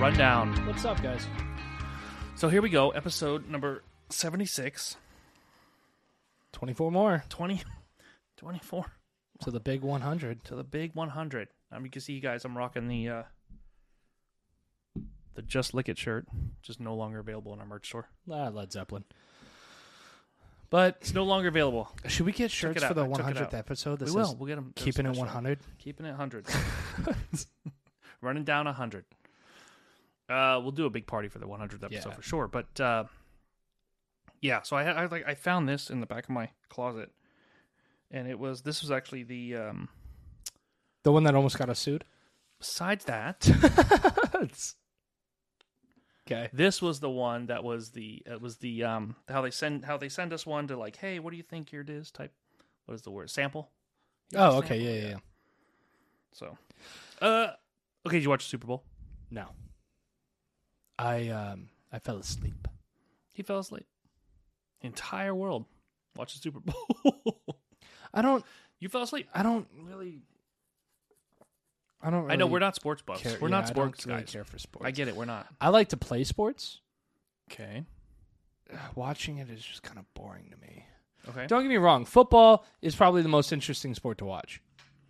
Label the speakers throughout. Speaker 1: Rundown.
Speaker 2: What's up, guys?
Speaker 1: So here we go, episode number 76.
Speaker 2: 24 more
Speaker 1: 20, 24
Speaker 2: to the big 100.
Speaker 1: to the big 100. Um, you can see, guys, I'm rocking the uh, the Just Lick It shirt, which is no longer available in our merch store.
Speaker 2: Ah, Led Zeppelin. But
Speaker 1: It's no longer available.
Speaker 2: should we get shirts
Speaker 1: it
Speaker 2: for
Speaker 1: out.
Speaker 2: the
Speaker 1: I took it
Speaker 2: 100th
Speaker 1: out.
Speaker 2: episode? This
Speaker 1: we will.
Speaker 2: is
Speaker 1: We'll get them.
Speaker 2: keeping it 100.
Speaker 1: Keeping it 100. Running down 100. Uh, we'll do a big party for the 100th episode
Speaker 2: Yeah.
Speaker 1: for sure. But uh, yeah, so I, I like I found this in the back of my closet, and it was this was actually the um,
Speaker 2: The one that almost got us sued.
Speaker 1: besides that
Speaker 2: okay.
Speaker 1: this was the one that was the it was the um how they send how they send us one to like hey what do you think your it is type what is the word sample
Speaker 2: Oh, okay. Yeah, yeah, yeah.
Speaker 1: so uh okay did you watch the Super Bowl
Speaker 2: No. I um I fell asleep.
Speaker 1: he fell asleep entire world watch the Super Bowl
Speaker 2: I don't
Speaker 1: you fell asleep
Speaker 2: I don't really I don't really
Speaker 1: I know we're not sports buffs
Speaker 2: care.
Speaker 1: we're
Speaker 2: yeah,
Speaker 1: not sports
Speaker 2: I don't really
Speaker 1: guys
Speaker 2: care for sports.
Speaker 1: I get it we're not
Speaker 2: I like to play sports.
Speaker 1: okay
Speaker 2: Watching it is just kind of boring to me.
Speaker 1: okay
Speaker 2: Don't get me wrong. Football is probably the most interesting sport to watch.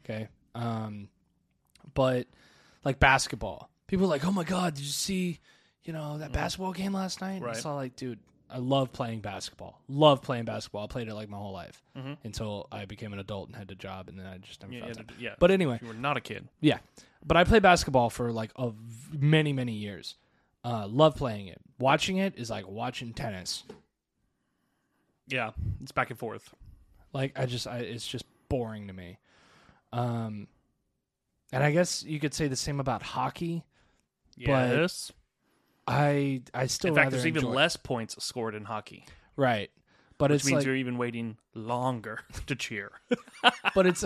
Speaker 2: Okay. Um, but like basketball, people are like, oh my God, did you see, you know, that basketball game last night? And
Speaker 1: Mm. Right.
Speaker 2: It's all like, dude, I love playing basketball. Love playing basketball. I played it like my whole life
Speaker 1: Mhm.
Speaker 2: until I became an adult and had a job. And then I just never
Speaker 1: yeah,
Speaker 2: found
Speaker 1: yeah,
Speaker 2: time.
Speaker 1: yeah.
Speaker 2: But anyway,
Speaker 1: you were not a kid
Speaker 2: yeah, but I played basketball for like a v- many many years. Uh, love playing it. Watching it is like watching tennis.
Speaker 1: yeah it's back and forth
Speaker 2: Like I just, I, it's just boring to me. Um, and I guess you could say the same about hockey. But-
Speaker 1: yes
Speaker 2: I, I still
Speaker 1: in fact
Speaker 2: rather
Speaker 1: there's even
Speaker 2: enjoy-
Speaker 1: less points scored in hockey.
Speaker 2: right, but
Speaker 1: which
Speaker 2: it's
Speaker 1: means
Speaker 2: like,
Speaker 1: you're even waiting longer to cheer.
Speaker 2: but it's,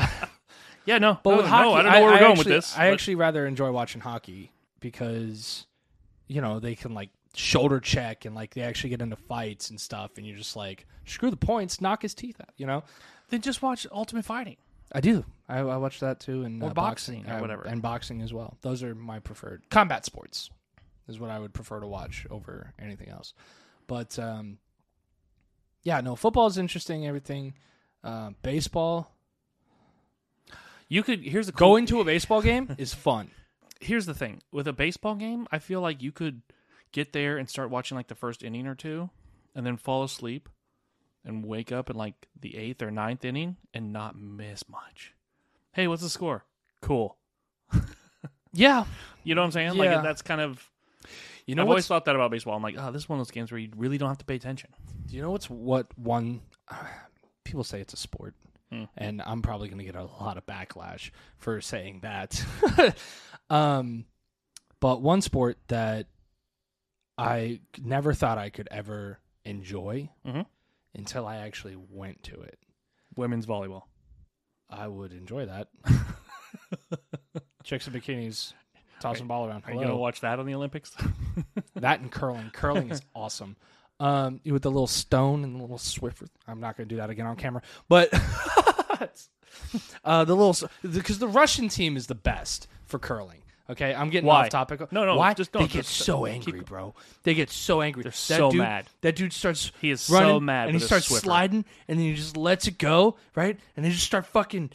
Speaker 1: yeah, no,
Speaker 2: but
Speaker 1: no,
Speaker 2: with
Speaker 1: no,
Speaker 2: hockey,
Speaker 1: I don't know where
Speaker 2: I
Speaker 1: we're going
Speaker 2: actually-
Speaker 1: with this.
Speaker 2: I
Speaker 1: but-
Speaker 2: actually rather enjoy watching hockey because, you know, they can like shoulder check and like they actually get into fights and stuff, and you're just like, screw the points, knock his teeth out, you know.
Speaker 1: then just watch Ultimate Fighting.
Speaker 2: I do. I, I watch that too, and
Speaker 1: Or
Speaker 2: uh,
Speaker 1: boxing or
Speaker 2: uh,
Speaker 1: whatever.
Speaker 2: and boxing as well. Those are my preferred combat sports. Is what I would prefer to watch over anything else. But um, yeah, no, football is interesting. Everything, uh, baseball.
Speaker 1: You could here's the cool,
Speaker 2: Going to a baseball game is fun.
Speaker 1: here's the thing with a baseball game. I feel like you could get there and start watching like the first inning or two, and then fall asleep and wake up in like the eighth or ninth inning and not miss much. Hey, what's the score? Cool.
Speaker 2: Yeah,
Speaker 1: You know what I'm saying?
Speaker 2: Yeah.
Speaker 1: Like that's kind of.
Speaker 2: you know
Speaker 1: I've always
Speaker 2: what's
Speaker 1: thought that about baseball. I'm like, oh, this is one of those games where you really don't have to pay attention.
Speaker 2: you know what's what one. people say it's a sport,
Speaker 1: Hmm.
Speaker 2: and I'm probably going to get a lot of backlash for saying that. um, but one sport that I never thought I could ever enjoy
Speaker 1: Mhm.
Speaker 2: until I actually went to it.
Speaker 1: Women's volleyball.
Speaker 2: I would enjoy that. Chicks in bikinis tossing ball around.
Speaker 1: Are you gonna
Speaker 2: Hello.
Speaker 1: watch that on the Olympics?
Speaker 2: that and curling. Curling is awesome. Um, with the little stone and the little Swiffer. I'm not going to do that again on camera, but uh, the little because the Russian team is the best for curling. Okay, I'm getting
Speaker 1: Why?
Speaker 2: off topic.
Speaker 1: No, no,
Speaker 2: why?
Speaker 1: just
Speaker 2: they
Speaker 1: don't.
Speaker 2: get
Speaker 1: Just-
Speaker 2: so angry, bro. They get so angry. They're
Speaker 1: so
Speaker 2: dude,
Speaker 1: mad.
Speaker 2: That dude starts.
Speaker 1: He is so
Speaker 2: running,
Speaker 1: mad
Speaker 2: and he
Speaker 1: with a
Speaker 2: starts
Speaker 1: Swiffer.
Speaker 2: sliding, and then he just lets it go, right? And they just start fucking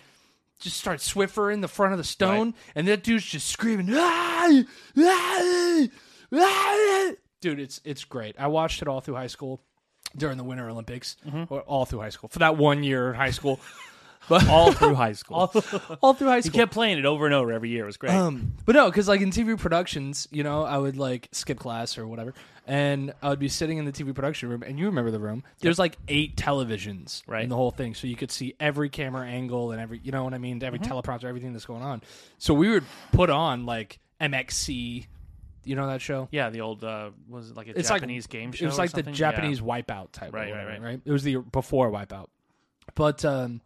Speaker 2: just start Swiffer in the front of the stone, and that dude's just screaming, "Ah! Ah! Ah!" dude. It's it's great. I watched it all through high school during the Winter Olympics, or all through high school for that one year in high school, but all,
Speaker 1: all through high school.
Speaker 2: all, all through high
Speaker 1: he
Speaker 2: school.
Speaker 1: kept playing it over and over every year. It was great.
Speaker 2: Um, but no, because like in TV productions, you know, I would like skip class or whatever, and I would be sitting in the TV production room, and you remember the room. There's like eight televisions
Speaker 1: Right.
Speaker 2: in the whole thing, so you could see every camera angle and every, you know what I mean, every teleprompter, everything that's going on. So we would put on like MXC, you know that show.
Speaker 1: yeah, the old uh, was it like a
Speaker 2: It's like-
Speaker 1: Japanese game show.
Speaker 2: It was
Speaker 1: or
Speaker 2: like the
Speaker 1: something?
Speaker 2: Japanese Wipeout type,
Speaker 1: Right,
Speaker 2: or
Speaker 1: right,
Speaker 2: whatever,
Speaker 1: right.
Speaker 2: It was the before Wipeout, but um,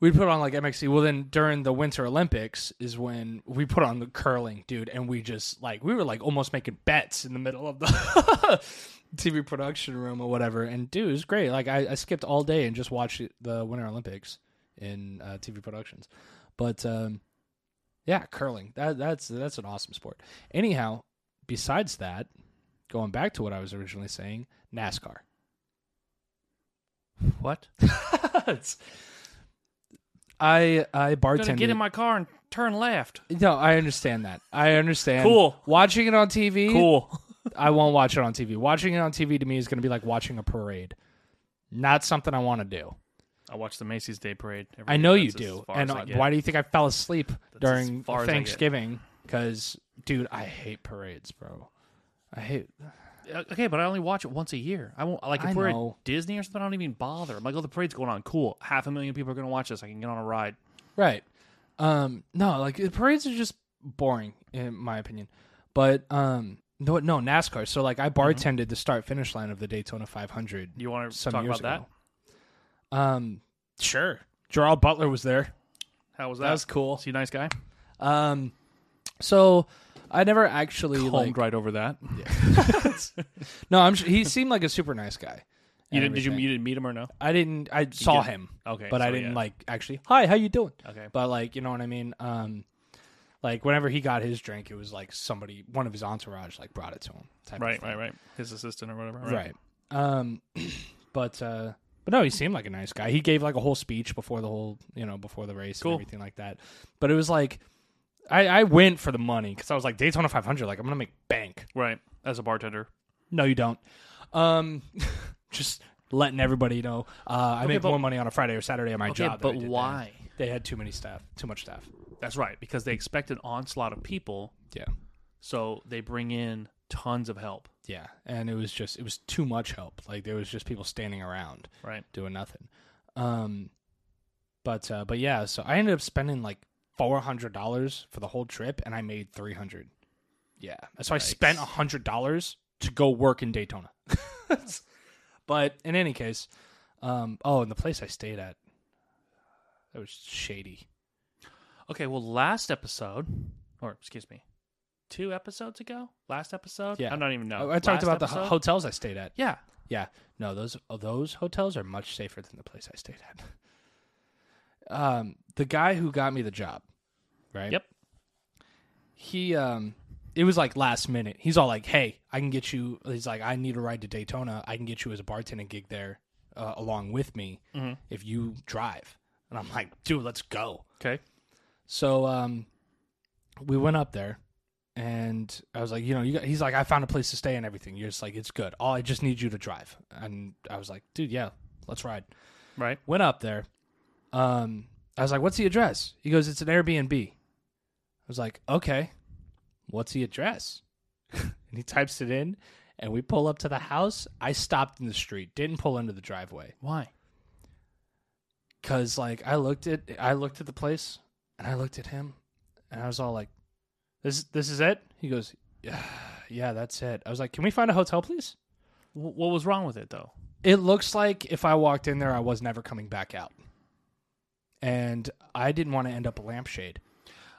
Speaker 2: we put on like MXC. Well, then during the Winter Olympics is when we put on the curling, dude, and we just like we were like almost making bets in the middle of the TV production room or whatever. And dude, it was great. Like I, I skipped all day and just watched it- the Winter Olympics in uh, TV productions, but um, yeah, curling that that's that's an awesome sport. Anyhow, besides that, going back to what I was originally saying, NASCAR.
Speaker 1: What?
Speaker 2: It's- I I
Speaker 1: Gonna
Speaker 2: bartended.
Speaker 1: get in my car and turn left.
Speaker 2: no, I understand that. I understand.
Speaker 1: Cool.
Speaker 2: Watching it on TV,
Speaker 1: Cool.
Speaker 2: I won't watch it on TV. Watching it on TV to me is going to be like watching a parade. Not something I want to do.
Speaker 1: I watch the Macy's Day Parade. every
Speaker 2: I
Speaker 1: year.
Speaker 2: know
Speaker 1: That's
Speaker 2: you
Speaker 1: as
Speaker 2: do.
Speaker 1: far
Speaker 2: And
Speaker 1: as I
Speaker 2: uh,
Speaker 1: get.
Speaker 2: why do you think I fell asleep during
Speaker 1: far as I get.
Speaker 2: Thanksgiving? Because, dude, I hate parades, bro. I hate.
Speaker 1: Uh, Okay, but I only watch it once a year. I won't like if
Speaker 2: I
Speaker 1: we're
Speaker 2: know.
Speaker 1: at Disney or something. I don't even bother. I'm like, oh, the parade's going on. Cool. Half a million people are gonna watch this. I can get on a ride.
Speaker 2: Right. Um. No, like the parades are just boring in my opinion. But um. No, no NASCAR. So like I bartended the start finish line of the Daytona 500
Speaker 1: Mm-hmm. You want to
Speaker 2: some
Speaker 1: talk
Speaker 2: years
Speaker 1: about that?
Speaker 2: ago. Um. Sure. Gerald Butler was there.
Speaker 1: How was that?
Speaker 2: That was cool.
Speaker 1: Is he a nice guy?
Speaker 2: Um. So I never actually
Speaker 1: Homed
Speaker 2: like.
Speaker 1: right over that.
Speaker 2: No, I'm. Sure, he seemed like a super nice guy.
Speaker 1: You
Speaker 2: and
Speaker 1: didn't? Did you,
Speaker 2: everything.
Speaker 1: you didn't meet him or no?
Speaker 2: I didn't. I saw
Speaker 1: didn't-
Speaker 2: him.
Speaker 1: okay,
Speaker 2: but I
Speaker 1: so,
Speaker 2: didn't
Speaker 1: yeah.
Speaker 2: like actually. Hi, how you doing?
Speaker 1: Okay.
Speaker 2: but like you know what I mean. Um, like whenever he got his drink, it was like somebody, one of his entourage, like brought it to him. Type of
Speaker 1: Right,
Speaker 2: thing.
Speaker 1: right, right. His assistant or whatever.
Speaker 2: right. Um, but uh, but no, he seemed like a nice guy. He gave like a whole speech before the whole you know before the race
Speaker 1: Cool.
Speaker 2: and everything like that. But it was like. I, I went for the money because I was like Daytona 500, like I'm gonna make bank.
Speaker 1: right. As a bartender.
Speaker 2: No, you don't. Um, just letting everybody know uh, I make
Speaker 1: but-
Speaker 2: more money on a Friday or Saturday at my
Speaker 1: Okay,
Speaker 2: job. than
Speaker 1: but
Speaker 2: I did then.
Speaker 1: why?
Speaker 2: They had too many staff, too much staff.
Speaker 1: That's right, because they expect an onslaught of people,
Speaker 2: Yeah.
Speaker 1: so they bring in tons of help.
Speaker 2: Yeah, and it was just it was too much help. Like there was just people standing around
Speaker 1: Right.
Speaker 2: doing nothing. Um, but uh, but yeah, so I ended up spending like four hundred dollars for the whole trip, and I made three hundred. Yeah, so I spent a hundred dollars to go work in Daytona. but in any case, um, oh, and the place I stayed at, that was shady.
Speaker 1: Okay, well, last episode, or excuse me, two episodes ago, last episode.
Speaker 2: Yeah.
Speaker 1: I don't even know.
Speaker 2: I, I
Speaker 1: Last
Speaker 2: talked about the
Speaker 1: episode?
Speaker 2: ho- hotels I stayed at.
Speaker 1: Yeah,
Speaker 2: Yeah. No, those those hotels are much safer than the place I stayed at. Um, the guy who got me the job, right?
Speaker 1: Yep.
Speaker 2: He um it was like last minute. He's all like, "Hey, I can get you." He's like, "I need a ride to Daytona. I can get you as a bartending gig there uh, along with me if you drive." And I'm like, "Dude, let's go."
Speaker 1: Okay.
Speaker 2: So um, we went up there, and I was like, you know, you got, he's like, I found a place to stay and everything. You're just like, it's good. All I just need you to drive. And I was like, dude, yeah, let's ride.
Speaker 1: Right.
Speaker 2: Went up there. Um, I was like, what's the address? He goes, it's an Airbnb. I was like, okay, what's the address? and he types it in, and we pull up to the house. I stopped in the street, didn't pull into the driveway
Speaker 1: Why?
Speaker 2: because like I looked at I looked at the place and I looked at him and I was all like, "This this is it?" He goes, "Yeah, yeah, that's it." I was like, "Can we find a hotel, please?"
Speaker 1: W- what was wrong with it though?
Speaker 2: It looks like if I walked in there, I was never coming back out, and I didn't want to end up a lampshade.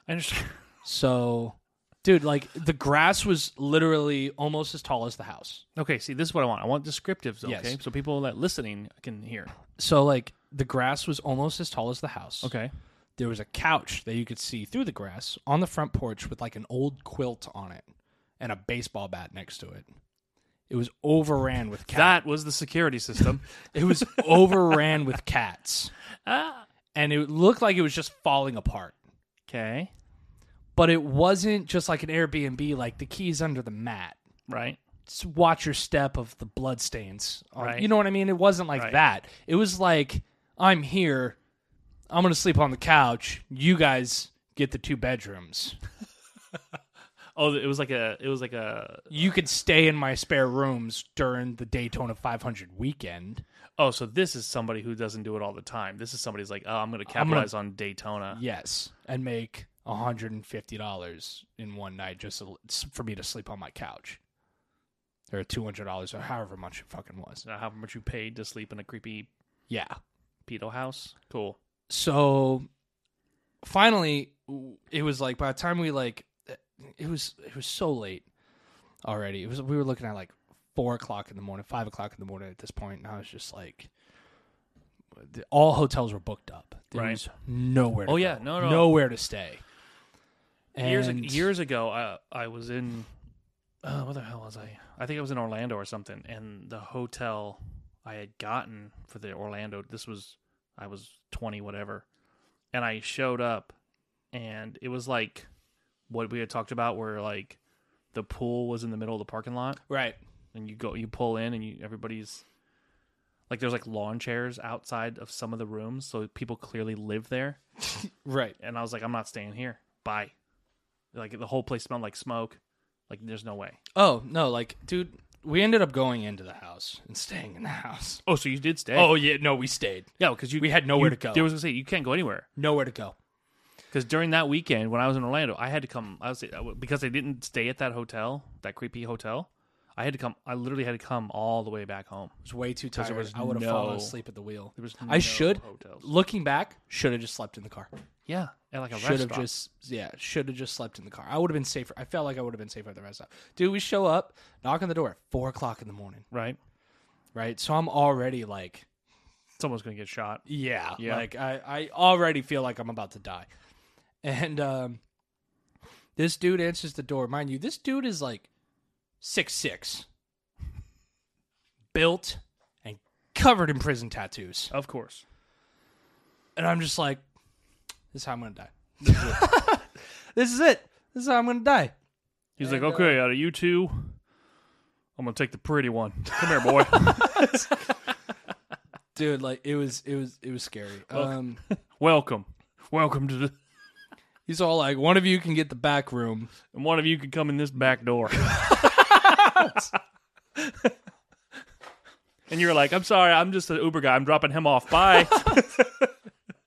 Speaker 1: I understand.
Speaker 2: So, dude, like the grass was literally almost as tall as the house.
Speaker 1: Okay, see, this is what I want. I want descriptives, okay?
Speaker 2: Yes.
Speaker 1: So people that listening can hear.
Speaker 2: So like the grass was almost as tall as the house.
Speaker 1: Okay.
Speaker 2: there was a couch that you could see through the grass on the front porch with like an old quilt on it and a baseball bat next to it. It was overran with cats.
Speaker 1: That was the security system.
Speaker 2: it was overran with cats.
Speaker 1: Ah.
Speaker 2: And it looked like it was just falling apart.
Speaker 1: Okay.
Speaker 2: But it wasn't just like an Airbnb, like the keys under the mat.
Speaker 1: Right.
Speaker 2: Just watch your step of the bloodstains. on-
Speaker 1: Right.
Speaker 2: You know what I mean? It wasn't like
Speaker 1: Right.
Speaker 2: that. It was like, I'm here. I'm going to sleep on the couch. You guys get the two bedrooms.
Speaker 1: Oh, it was like a it was like a
Speaker 2: you could stay in my spare rooms during the Daytona 500 weekend.
Speaker 1: Oh, so this is somebody who doesn't do it all the time. This is somebody's like, "Oh, I'm going to capitalize on Daytona."
Speaker 2: Yes, and make $150 in one night just to, for me to sleep on my couch. Or $200 or however much it fucking was.
Speaker 1: Now, uh, how much you paid to sleep in a creepy
Speaker 2: Yeah.
Speaker 1: pedo house? Cool.
Speaker 2: So finally w- it was like by the time we like eh, it was it was so late already. It was we were looking at like four o'clock in the morning, five o'clock in the morning at this point, and I was just like, the- all hotels were booked up. There
Speaker 1: Right.
Speaker 2: was nowhere. To
Speaker 1: Oh, yeah.
Speaker 2: go,
Speaker 1: No, no.
Speaker 2: nowhere to stay. And
Speaker 1: years years ago, I I was in uh, where the hell was I? I think I was in Orlando or something, and the hotel I had gotten for the Orlando. This was I was twenty whatever, and I showed up, and it was like what we had talked about, where like the pool was in the middle of the parking lot,
Speaker 2: Right.
Speaker 1: and you go you pull in, and you everybody's like there's like lawn chairs outside of some of the rooms, so people clearly live there
Speaker 2: Right.
Speaker 1: and I was like, I'm not staying here. Bye. Like the whole place smelled like smoke. Like there's no way.
Speaker 2: Oh no, like dude, we ended up going into the house and staying in the house.
Speaker 1: Oh, so you did stay?
Speaker 2: Oh yeah, no, we stayed.
Speaker 1: yeah, because you
Speaker 2: We had nowhere
Speaker 1: you-
Speaker 2: to go.
Speaker 1: There was gonna say you can't go anywhere
Speaker 2: Nowhere to go.
Speaker 1: because during that weekend when I was in Orlando, I had to come. I was because I didn't stay at that hotel, that creepy hotel. I had to come. I literally had to come all the way back home.
Speaker 2: I was way too tired.
Speaker 1: was
Speaker 2: I would have
Speaker 1: no-
Speaker 2: fallen asleep at the wheel.
Speaker 1: There was
Speaker 2: I
Speaker 1: no
Speaker 2: should
Speaker 1: hotels.
Speaker 2: looking back should have just slept in the car.
Speaker 1: Yeah, at like a
Speaker 2: Should have
Speaker 1: restaurant.
Speaker 2: just yeah, should have just slept in the car. I would have been safer. I felt like I would have been safer at the rest stop. Dude, we show up, knock on the door at four o'clock in the morning.
Speaker 1: right.
Speaker 2: Right. So I'm already like
Speaker 1: Someone's gonna get shot.
Speaker 2: Yeah.
Speaker 1: Yeah.
Speaker 2: Like I, I already feel like I'm about to die. And um this dude answers the door. Mind you, this dude is like six six. Built and covered in prison tattoos.
Speaker 1: Of course.
Speaker 2: And I'm just like, this is how I'm gonna die. this is it. This is how I'm gonna die.
Speaker 1: He's like, okay, out of you two, I'm gonna take the pretty one. Come here, boy.
Speaker 2: Dude, like it was it was it was scary. Um
Speaker 1: Welcome, welcome to the.
Speaker 2: he's all like, one of you can get the back room.
Speaker 1: and one of you could come in this back door. and you were like, I'm sorry, I'm just an Uber guy. I'm dropping him off. Bye.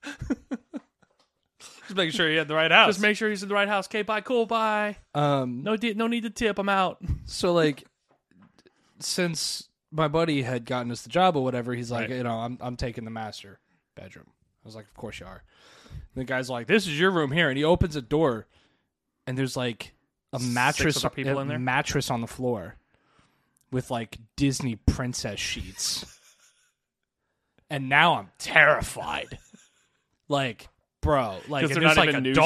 Speaker 2: Just making sure he had the right house.
Speaker 1: just make sure he's in the right house. Okay, bye. Cool. Bye.
Speaker 2: um
Speaker 1: No, di- no need to tip. I'm out.
Speaker 2: so like since my buddy had gotten us the job or whatever he's like
Speaker 1: Right.
Speaker 2: you know I'm, I'm taking the master bedroom i was like of course you are and the guy's like this is your room here and he opens a door and there's like a mattress
Speaker 1: other people
Speaker 2: a
Speaker 1: in there?
Speaker 2: mattress on the floor with like disney princess sheets and now i'm terrified like bro like
Speaker 1: 'Cause
Speaker 2: and
Speaker 1: they're
Speaker 2: there's
Speaker 1: not
Speaker 2: like a
Speaker 1: even new sheets?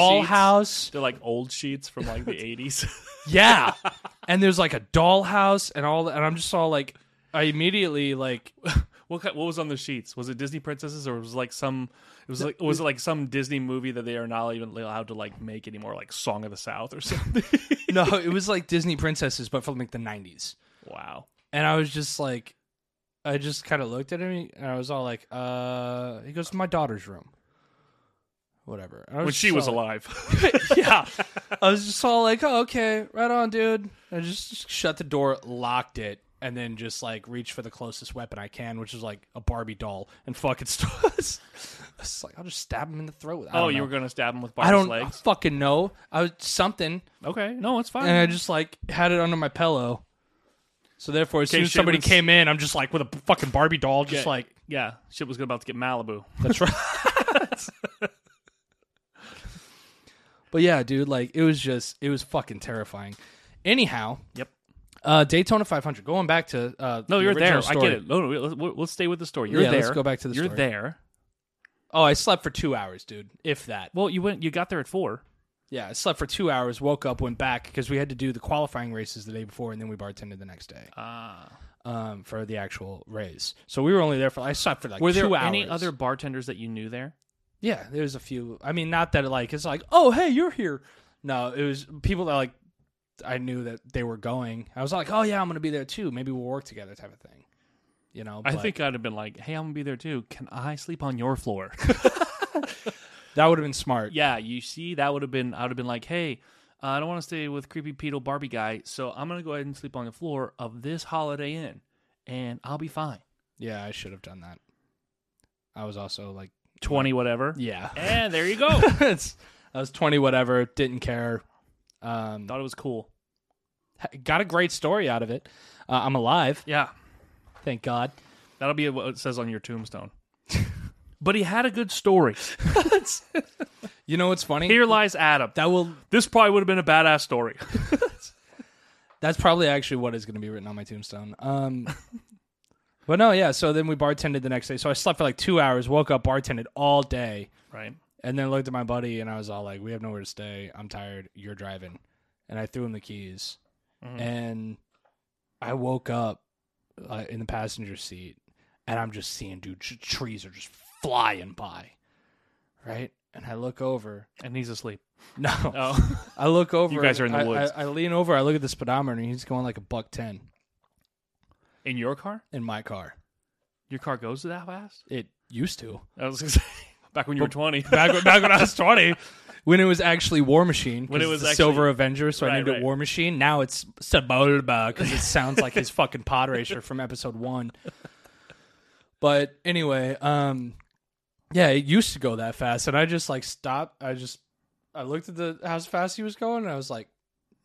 Speaker 2: dollhouse
Speaker 1: They're like old sheets from like the 80s.
Speaker 2: yeah. and there's like a dollhouse and all that. And I'm just all like, I immediately like,
Speaker 1: What, kind, what was on the sheets? Was it Disney princesses, or was it like some? It was like was it like some Disney movie that they are not even allowed to like make anymore, like Song of the South or something?
Speaker 2: no, it was like Disney princesses, but from like the 90s.
Speaker 1: wow,
Speaker 2: And I was just like, I just kind of looked at him and I was all like, uh, he goes to my daughter's room. Whatever. And I
Speaker 1: when
Speaker 2: just
Speaker 1: she was
Speaker 2: all like-
Speaker 1: alive.
Speaker 2: yeah. I was just all like, oh, okay, right on, dude. I just, just shut the door, locked it, and then just like reached for the closest weapon I can, which is like a Barbie doll, and fucking st- I was like, I'll just stab him in the throat. I
Speaker 1: oh,
Speaker 2: don't
Speaker 1: you
Speaker 2: know.
Speaker 1: were gonna stab him with Barbie's
Speaker 2: I don't
Speaker 1: legs?
Speaker 2: fucking know. I was something,
Speaker 1: Okay, no, it's fine.
Speaker 2: and I just like had it under my pillow. So therefore, as soon as
Speaker 1: shit
Speaker 2: somebody
Speaker 1: was-
Speaker 2: came in, I'm just like with a fucking Barbie doll, just like
Speaker 1: yeah, shit was about to get Malibu.
Speaker 2: That's right. but yeah, dude, like it was just it was fucking terrifying. Anyhow,
Speaker 1: Yep.
Speaker 2: uh Daytona 500. Going back to uh
Speaker 1: No,
Speaker 2: the
Speaker 1: you're
Speaker 2: original
Speaker 1: there. I
Speaker 2: story.
Speaker 1: get it. No, no, let's, we'll- let's stay with the story. You're
Speaker 2: Yeah,
Speaker 1: there.
Speaker 2: let's go back to the
Speaker 1: You're
Speaker 2: story.
Speaker 1: there.
Speaker 2: Oh, I slept for 2 hours, dude, if that.
Speaker 1: Well, you went. You got there at four.
Speaker 2: Yeah, I slept for 2 hours, woke up, went back because we had to do the qualifying races the day before and then we bartended the next day
Speaker 1: Ah.
Speaker 2: um for the actual race. So we were only there for I slept for like
Speaker 1: Were
Speaker 2: 2
Speaker 1: there
Speaker 2: hours.
Speaker 1: any other bartenders that you knew there?
Speaker 2: Yeah, there's a few. I mean, not that like it's like, oh hey, you're here. No, it was people that like I knew that they were going. I was like, oh yeah, I'm gonna be there too. Maybe we'll work together, type of thing. You know,
Speaker 1: I
Speaker 2: but
Speaker 1: think I'd have been like, "Hey, I'm gonna be there too. Can I sleep on your floor?"
Speaker 2: that would have been smart.
Speaker 1: yeah, you see, that would have been. I would have been like, "Hey, uh, I don't want to stay with creepy pedo Barbie guy, so I'm gonna go ahead and sleep on the floor of this Holiday Inn, and I'll be fine."
Speaker 2: Yeah, I should have done that. I was also like,
Speaker 1: Twenty whatever.
Speaker 2: yeah,
Speaker 1: And there you go.
Speaker 2: It's- I was 20, whatever, didn't care. Um,
Speaker 1: Thought it was cool.
Speaker 2: got a great story out of it. Uh, I'm alive,
Speaker 1: Yeah,
Speaker 2: thank God.
Speaker 1: that'll be what it says on your tombstone. but he had a good story.
Speaker 2: You know what's funny?
Speaker 1: Here lies Adam.
Speaker 2: that will.
Speaker 1: This probably would have been a badass story.
Speaker 2: That's probably actually what is going to be written on my tombstone. Um, but no, yeah. So then we bartended the next day. So I slept for like two hours, woke up, bartended all day,
Speaker 1: right.
Speaker 2: and then looked at my buddy and I was all like, "We have nowhere to stay. I'm tired. You're driving." And I threw him the keys,
Speaker 1: Mm-hmm.
Speaker 2: and I woke up uh, in the passenger seat, and I'm just seeing dude tr- trees are just flying by, right? And I look over.
Speaker 1: and he's asleep.
Speaker 2: No,
Speaker 1: Oh,
Speaker 2: I look over.
Speaker 1: You guys are in the
Speaker 2: I-
Speaker 1: woods.
Speaker 2: I, I lean over. I look at the speedometer, and he's going like a buck ten
Speaker 1: in your car?
Speaker 2: in my car.
Speaker 1: Your car goes that fast?
Speaker 2: It used to
Speaker 1: I was gonna say, back when you were twenty.
Speaker 2: back when, back when I was twenty, when it was actually War Machine. 'cause
Speaker 1: When it
Speaker 2: it's
Speaker 1: was
Speaker 2: the
Speaker 1: actually-
Speaker 2: Silver Avenger, so I
Speaker 1: Right,
Speaker 2: named
Speaker 1: right.
Speaker 2: it War Machine. Now it's Sebulba because it sounds like his fucking pod racer from episode one. But anyway, um, yeah, it used to go that fast, and I just like stopped. I just I looked at the how fast he was going, and I was like,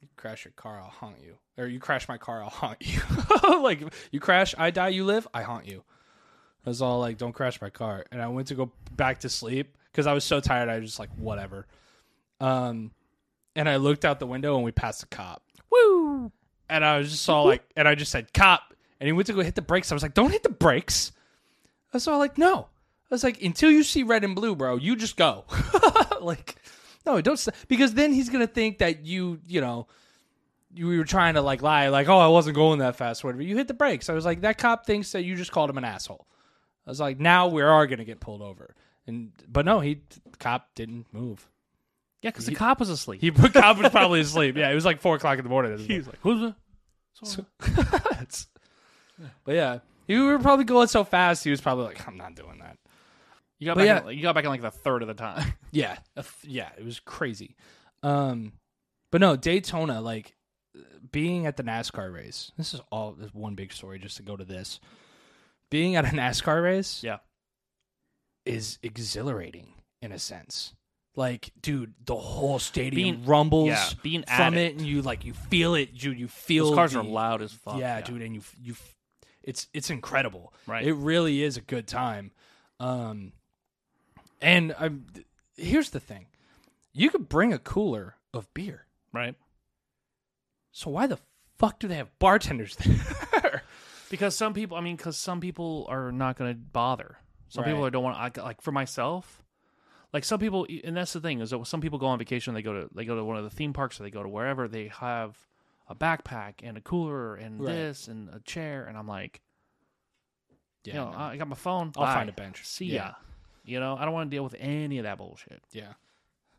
Speaker 2: "You crash your car, I'll haunt you," or "You crash my car, I'll haunt you." like you crash, I die, you live, I haunt you. I was all like, "Don't crash my car," and I went to go back to sleep because I was so tired. I was just like, "Whatever." Um, and I looked out the window, and we passed a cop.
Speaker 1: Woo!
Speaker 2: And I was just all like, and I just said, cop. And he went to go hit the brakes. I was like, don't hit the brakes. I was all like, no. I was like, until you see red and blue, bro, you just go. like, no, don't. St-. Because then he's going to think that you, you know, you were trying to like lie, like, oh, I wasn't going that fast, whatever. You hit the brakes. I was like, that cop thinks that you just called him an asshole. I was like, now we are going to get pulled over. And, but no, he, the cop didn't move.
Speaker 1: Yeah, because the cop was asleep.
Speaker 2: He, the cop was probably asleep. Yeah, it was like four o'clock in the morning. at this point.
Speaker 1: he's like, who's the?
Speaker 2: It's- but yeah, you were probably going so fast. He was probably like, "I'm not doing that."
Speaker 1: You got
Speaker 2: But
Speaker 1: back. in- you got back in like the third of the time.
Speaker 2: Yeah, a th- yeah, it was crazy. Um, but no, Daytona, like being at the NASCAR race. This is all this one big story. Just to go to this, being at a NASCAR race,
Speaker 1: Yeah.
Speaker 2: is exhilarating in a sense. Like, dude, the whole stadium
Speaker 1: Being-
Speaker 2: rumbles
Speaker 1: yeah, being at
Speaker 2: from
Speaker 1: it.
Speaker 2: it, and you like you feel it, dude. You feel
Speaker 1: Those cars are
Speaker 2: the-
Speaker 1: loud as fuck.
Speaker 2: yeah, dude, and you you, it's it's incredible.
Speaker 1: Right.
Speaker 2: it really is a good time. Um, and I'm here's the thing, you could bring a cooler of beer.
Speaker 1: Right.
Speaker 2: So why the fuck do they have bartenders there?
Speaker 1: Because some people, I mean, because some people are not going to bother. Some people
Speaker 2: Right.
Speaker 1: don't want. I like for myself, like some people, and that's the thing is that some people go on vacation. They go to they go to one of the theme parks or they go to wherever. They have a backpack and a cooler and
Speaker 2: Right.
Speaker 1: this and a chair, and I'm like,
Speaker 2: yeah,
Speaker 1: you know,
Speaker 2: no.
Speaker 1: I got my phone.
Speaker 2: I'll
Speaker 1: bye.
Speaker 2: find a bench.
Speaker 1: See
Speaker 2: Yeah.
Speaker 1: ya. You know, I don't want to deal with any of that bullshit.
Speaker 2: yeah.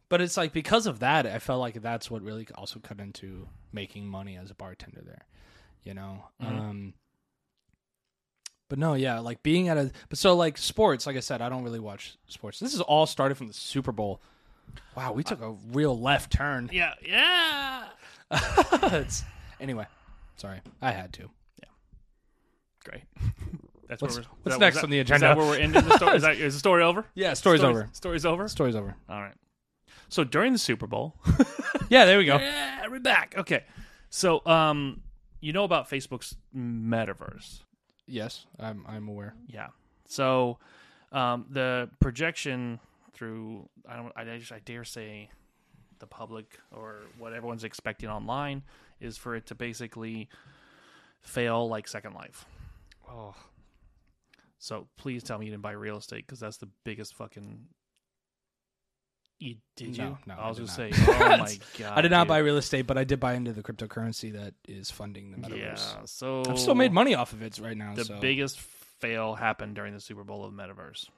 Speaker 2: But it's like because of that, I felt like that's what really also cut into making money as a bartender there. You know. Um. But no, yeah, like being at a but so like sports, like I said, I don't really watch sports. This is all started from the Super Bowl. Wow, we took a real left turn.
Speaker 1: Yeah, yeah.
Speaker 2: It's- anyway, sorry, I had to.
Speaker 1: Great. That's
Speaker 2: What's-
Speaker 1: where we're,
Speaker 2: what's
Speaker 1: was
Speaker 2: next on the agenda?
Speaker 1: Is that where we're ending the story? Is, that, is the story over?
Speaker 2: Yeah, story's over.
Speaker 1: Story's over.
Speaker 2: Story's over.
Speaker 1: All right. So during the Super Bowl,
Speaker 2: Yeah, there we go.
Speaker 1: yeah, we're back. Okay. So, um, you know about Facebook's metaverse?
Speaker 2: Yes, I'm I'm aware.
Speaker 1: Yeah. So, um, the projection through I don't I just I dare say the public or what everyone's expecting online is for it to basically fail like Second Life.
Speaker 2: Oh,
Speaker 1: So please tell me you didn't buy real estate because that's the biggest fucking. You did
Speaker 2: No,
Speaker 1: you?
Speaker 2: no,
Speaker 1: I
Speaker 2: I
Speaker 1: was
Speaker 2: did
Speaker 1: gonna
Speaker 2: not.
Speaker 1: say. Oh my god!
Speaker 2: I did not
Speaker 1: dude.
Speaker 2: buy real estate, but I did buy into the cryptocurrency that is funding the metaverse.
Speaker 1: Yeah, so
Speaker 2: I've still made money off of it right now.
Speaker 1: The
Speaker 2: so.
Speaker 1: biggest fail happened during the Super Bowl of the Metaverse.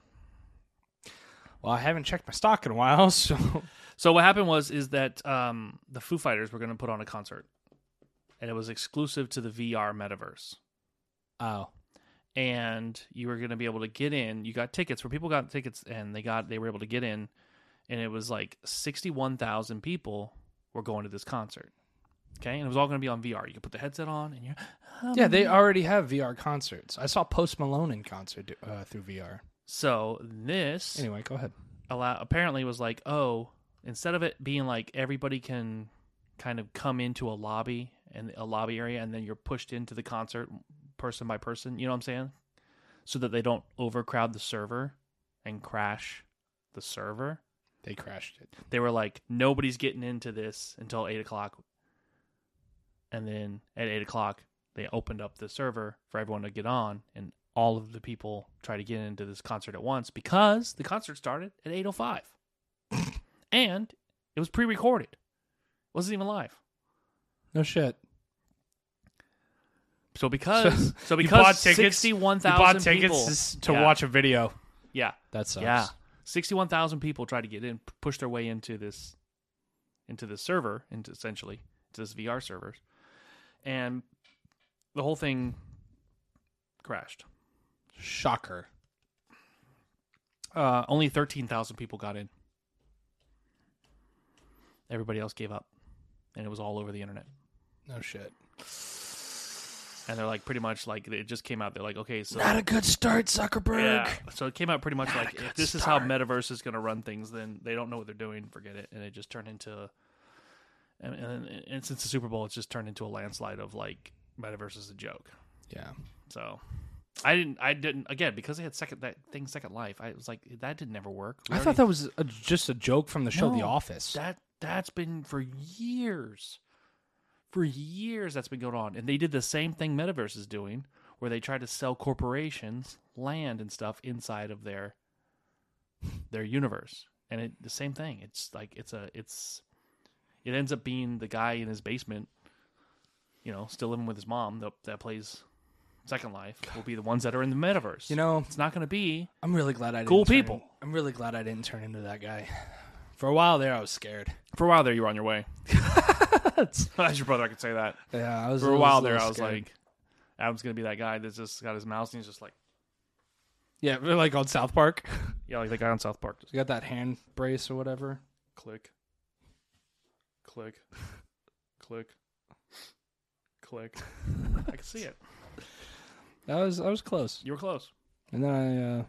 Speaker 2: Well, I haven't checked my stock in a while, so
Speaker 1: So what happened was is that um, the Foo Fighters were going to put on a concert, and it was exclusive to the VR Metaverse.
Speaker 2: oh,
Speaker 1: and you were going to be able to get in. You got tickets where people got tickets and they got they were able to get in, and it was like sixty one thousand people were going to this concert. Okay, and it was all going to be on VR. You could put the headset on and you're Oh,
Speaker 2: yeah, they already have VR concerts. I saw Post Malone in concert uh, through VR.
Speaker 1: so this
Speaker 2: Anyway, go ahead.
Speaker 1: allow, apparently was like oh instead of it being like everybody can kind of come into a lobby and a lobby area and then you're pushed into the concert person by person. You know what I'm saying? So that they don't overcrowd the server and crash the server.
Speaker 2: They crashed it.
Speaker 1: they were like, nobody's getting into this until eight o'clock. And then at eight o'clock, they opened up the server for everyone to get on, and all of the people try to get into this concert at once because the concert started at eight o five, and it was pre recorded, wasn't even live.
Speaker 2: No shit.
Speaker 1: So because so,
Speaker 2: You
Speaker 1: because
Speaker 2: bought tickets-
Speaker 1: sixty one
Speaker 2: You bought
Speaker 1: thousand
Speaker 2: tickets
Speaker 1: people
Speaker 2: s- to
Speaker 1: Yeah.
Speaker 2: watch a video.
Speaker 1: yeah
Speaker 2: That sucks.
Speaker 1: yeah sixty one thousand people tried to get in p- push their way into this into this server into essentially to this VR servers and the whole thing crashed.
Speaker 2: Shocker.
Speaker 1: Uh, only thirteen thousand people got in. Everybody else gave up, and it was all over the internet.
Speaker 2: No shit.
Speaker 1: And they're like, pretty much like it just came out. They're like, okay, so
Speaker 2: Not a good start, Zuckerberg.
Speaker 1: Yeah. So it came out pretty much
Speaker 2: Not a
Speaker 1: like
Speaker 2: good
Speaker 1: if this is how
Speaker 2: start.
Speaker 1: metaverse is going to run things, then they don't know what they're doing. Forget it, and it just turned into. And, and, and since the Super Bowl, it's just turned into a landslide of like metaverse is a joke.
Speaker 2: Yeah.
Speaker 1: So I didn't, I didn't again because they had second that thing, Second Life. I was like that did never work. We
Speaker 2: I
Speaker 1: already-
Speaker 2: thought that was a, just a joke from the show The
Speaker 1: No,
Speaker 2: Office.
Speaker 1: that that's been for years for years that's been going on and they did the same thing metaverse is doing where they try to sell corporations land and stuff inside of their their universe and it the same thing it's like it's a it's it ends up being the guy in his basement you know still living with his mom that, that plays second life will be the ones that are in the metaverse
Speaker 2: you know,
Speaker 1: it's not going to be
Speaker 2: I'm really glad I didn't
Speaker 1: Cool
Speaker 2: turn-
Speaker 1: people.
Speaker 2: I'm really glad I didn't turn into that guy. For a while there, I was scared.
Speaker 1: for a while there you were on your way as your brother i could say that
Speaker 2: yeah, I was
Speaker 1: for a
Speaker 2: was
Speaker 1: while
Speaker 2: little
Speaker 1: there, I was
Speaker 2: scared.
Speaker 1: like, Adam's gonna be that guy that's just got his mouse and he's just like,
Speaker 2: yeah, we're like on South Park.
Speaker 1: yeah, like the guy on South Park, just
Speaker 2: You got that hand brace or whatever.
Speaker 1: click, click, click, click. I can see it.
Speaker 2: That was I was close,
Speaker 1: You were close.
Speaker 2: and then I, uh,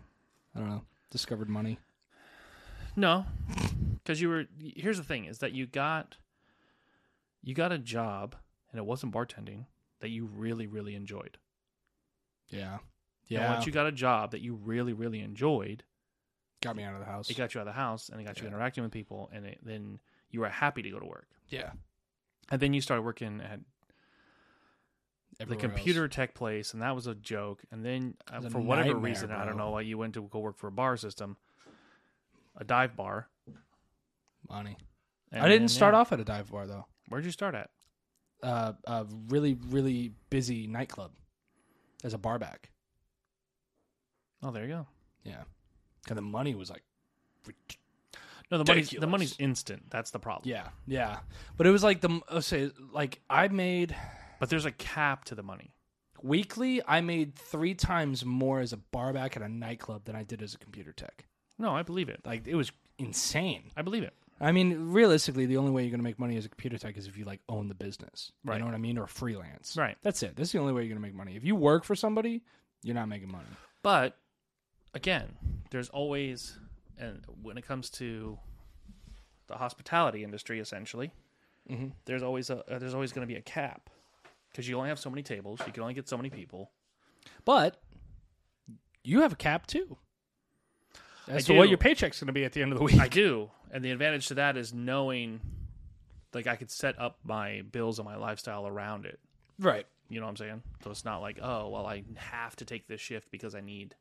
Speaker 2: I don't know, discovered money.
Speaker 1: No, because you were. Here's the thing: is that you got, you got a job, and it wasn't bartending that you really, really enjoyed.
Speaker 2: Yeah,
Speaker 1: And
Speaker 2: yeah.
Speaker 1: once you got a job that you really, really enjoyed,
Speaker 2: got me out of the house.
Speaker 1: it got you out of the house, and it got you
Speaker 2: Yeah.
Speaker 1: interacting with people, and it, then you were happy to go to work.
Speaker 2: yeah,
Speaker 1: And then you started working at the
Speaker 2: everywhere else.
Speaker 1: computer tech place, and that was a joke. And then, uh,
Speaker 2: was a
Speaker 1: for whatever
Speaker 2: nightmare,
Speaker 1: reason, I don't
Speaker 2: bro.
Speaker 1: know why you went to go work for a bar system, a dive bar.
Speaker 2: money.
Speaker 1: And
Speaker 2: I
Speaker 1: then,
Speaker 2: didn't start
Speaker 1: yeah.
Speaker 2: off at a dive bar though.
Speaker 1: Where'd you start at?
Speaker 2: Uh, a really really busy nightclub as a bar back.
Speaker 1: Oh, there you go.
Speaker 2: Yeah, and the money was like, rid-
Speaker 1: No, the money's the
Speaker 2: Ridiculous.
Speaker 1: money's instant. That's the problem.
Speaker 2: yeah, yeah. But it was like the oh, say like I made
Speaker 1: But there's a cap to the money.
Speaker 2: weekly. I made three times more as a bar back at a nightclub than I did as a computer tech.
Speaker 1: No, I believe it.
Speaker 2: Like it was insane.
Speaker 1: I believe it.
Speaker 2: I mean, realistically, the only way you're going to make money as a computer tech is if you like own the business.
Speaker 1: Right.
Speaker 2: You know what I mean? Or freelance.
Speaker 1: Right.
Speaker 2: That's it. That's the only way you're going to make money. If you work for somebody, you're not making money.
Speaker 1: But again, there's always, and when it comes to the hospitality industry, essentially,
Speaker 2: Mhm.
Speaker 1: there's always a uh, there's always going to be a cap because you only have so many tables, you can only get so many people.
Speaker 2: But you have a cap too. As
Speaker 1: I
Speaker 2: to what
Speaker 1: do.
Speaker 2: your paycheck's going to be at the end of the week.
Speaker 1: I do, and the advantage to that is knowing, like, I could set up my bills and my lifestyle around it.
Speaker 2: right.
Speaker 1: You know what I'm saying? So it's not like, oh, well, I have to take this shift because I need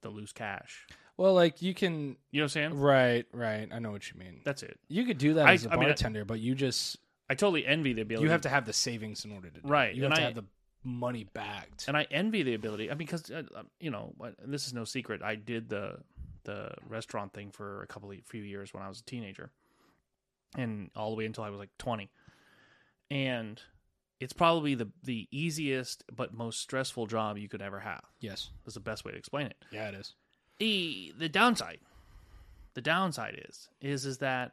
Speaker 1: the loose cash.
Speaker 2: Well, like you can.
Speaker 1: You know what I'm saying?
Speaker 2: Right. Right. I know what you mean.
Speaker 1: That's it.
Speaker 2: You could do that
Speaker 1: I-
Speaker 2: as a
Speaker 1: I mean, I-
Speaker 2: bartender, but you just
Speaker 1: I totally envy the ability.
Speaker 2: you have to have the savings in order to do it.
Speaker 1: Right,
Speaker 2: You have
Speaker 1: and
Speaker 2: to
Speaker 1: I-
Speaker 2: have the money backed.
Speaker 1: and I envy the ability. I mean, because uh, um, you know, uh, this is no secret. I did the the restaurant thing for a couple of few years when I was a teenager, and all the way until I was like twenty. And it's probably the the easiest but most stressful job you could ever have.
Speaker 2: yes.
Speaker 1: Is the best way to explain it.
Speaker 2: Yeah, it is.
Speaker 1: the The downside, the downside is is is that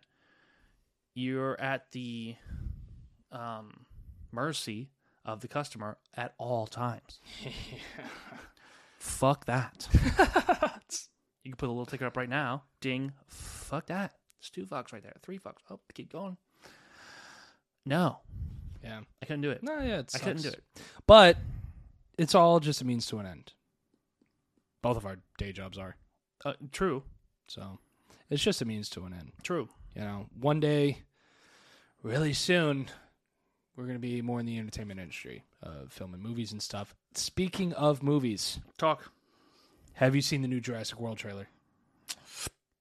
Speaker 1: you're at the um, mercy of the customer at all times. Fuck that. you can put a little ticker up right now. Ding. Fuck that. It's two fucks right there. Three fucks. Oh, keep going. No,
Speaker 2: Yeah.
Speaker 1: I couldn't do it.
Speaker 2: No, yeah, it's
Speaker 1: I couldn't do it.
Speaker 2: But it's all just a means to an end. Both of our day jobs are.
Speaker 1: Uh, true.
Speaker 2: So it's just a means to an end.
Speaker 1: True.
Speaker 2: You know, one day, really soon, we're going to be more in the entertainment industry, uh, film and movies and stuff. Speaking of movies,
Speaker 1: Talk.
Speaker 2: have you seen the new Jurassic World trailer?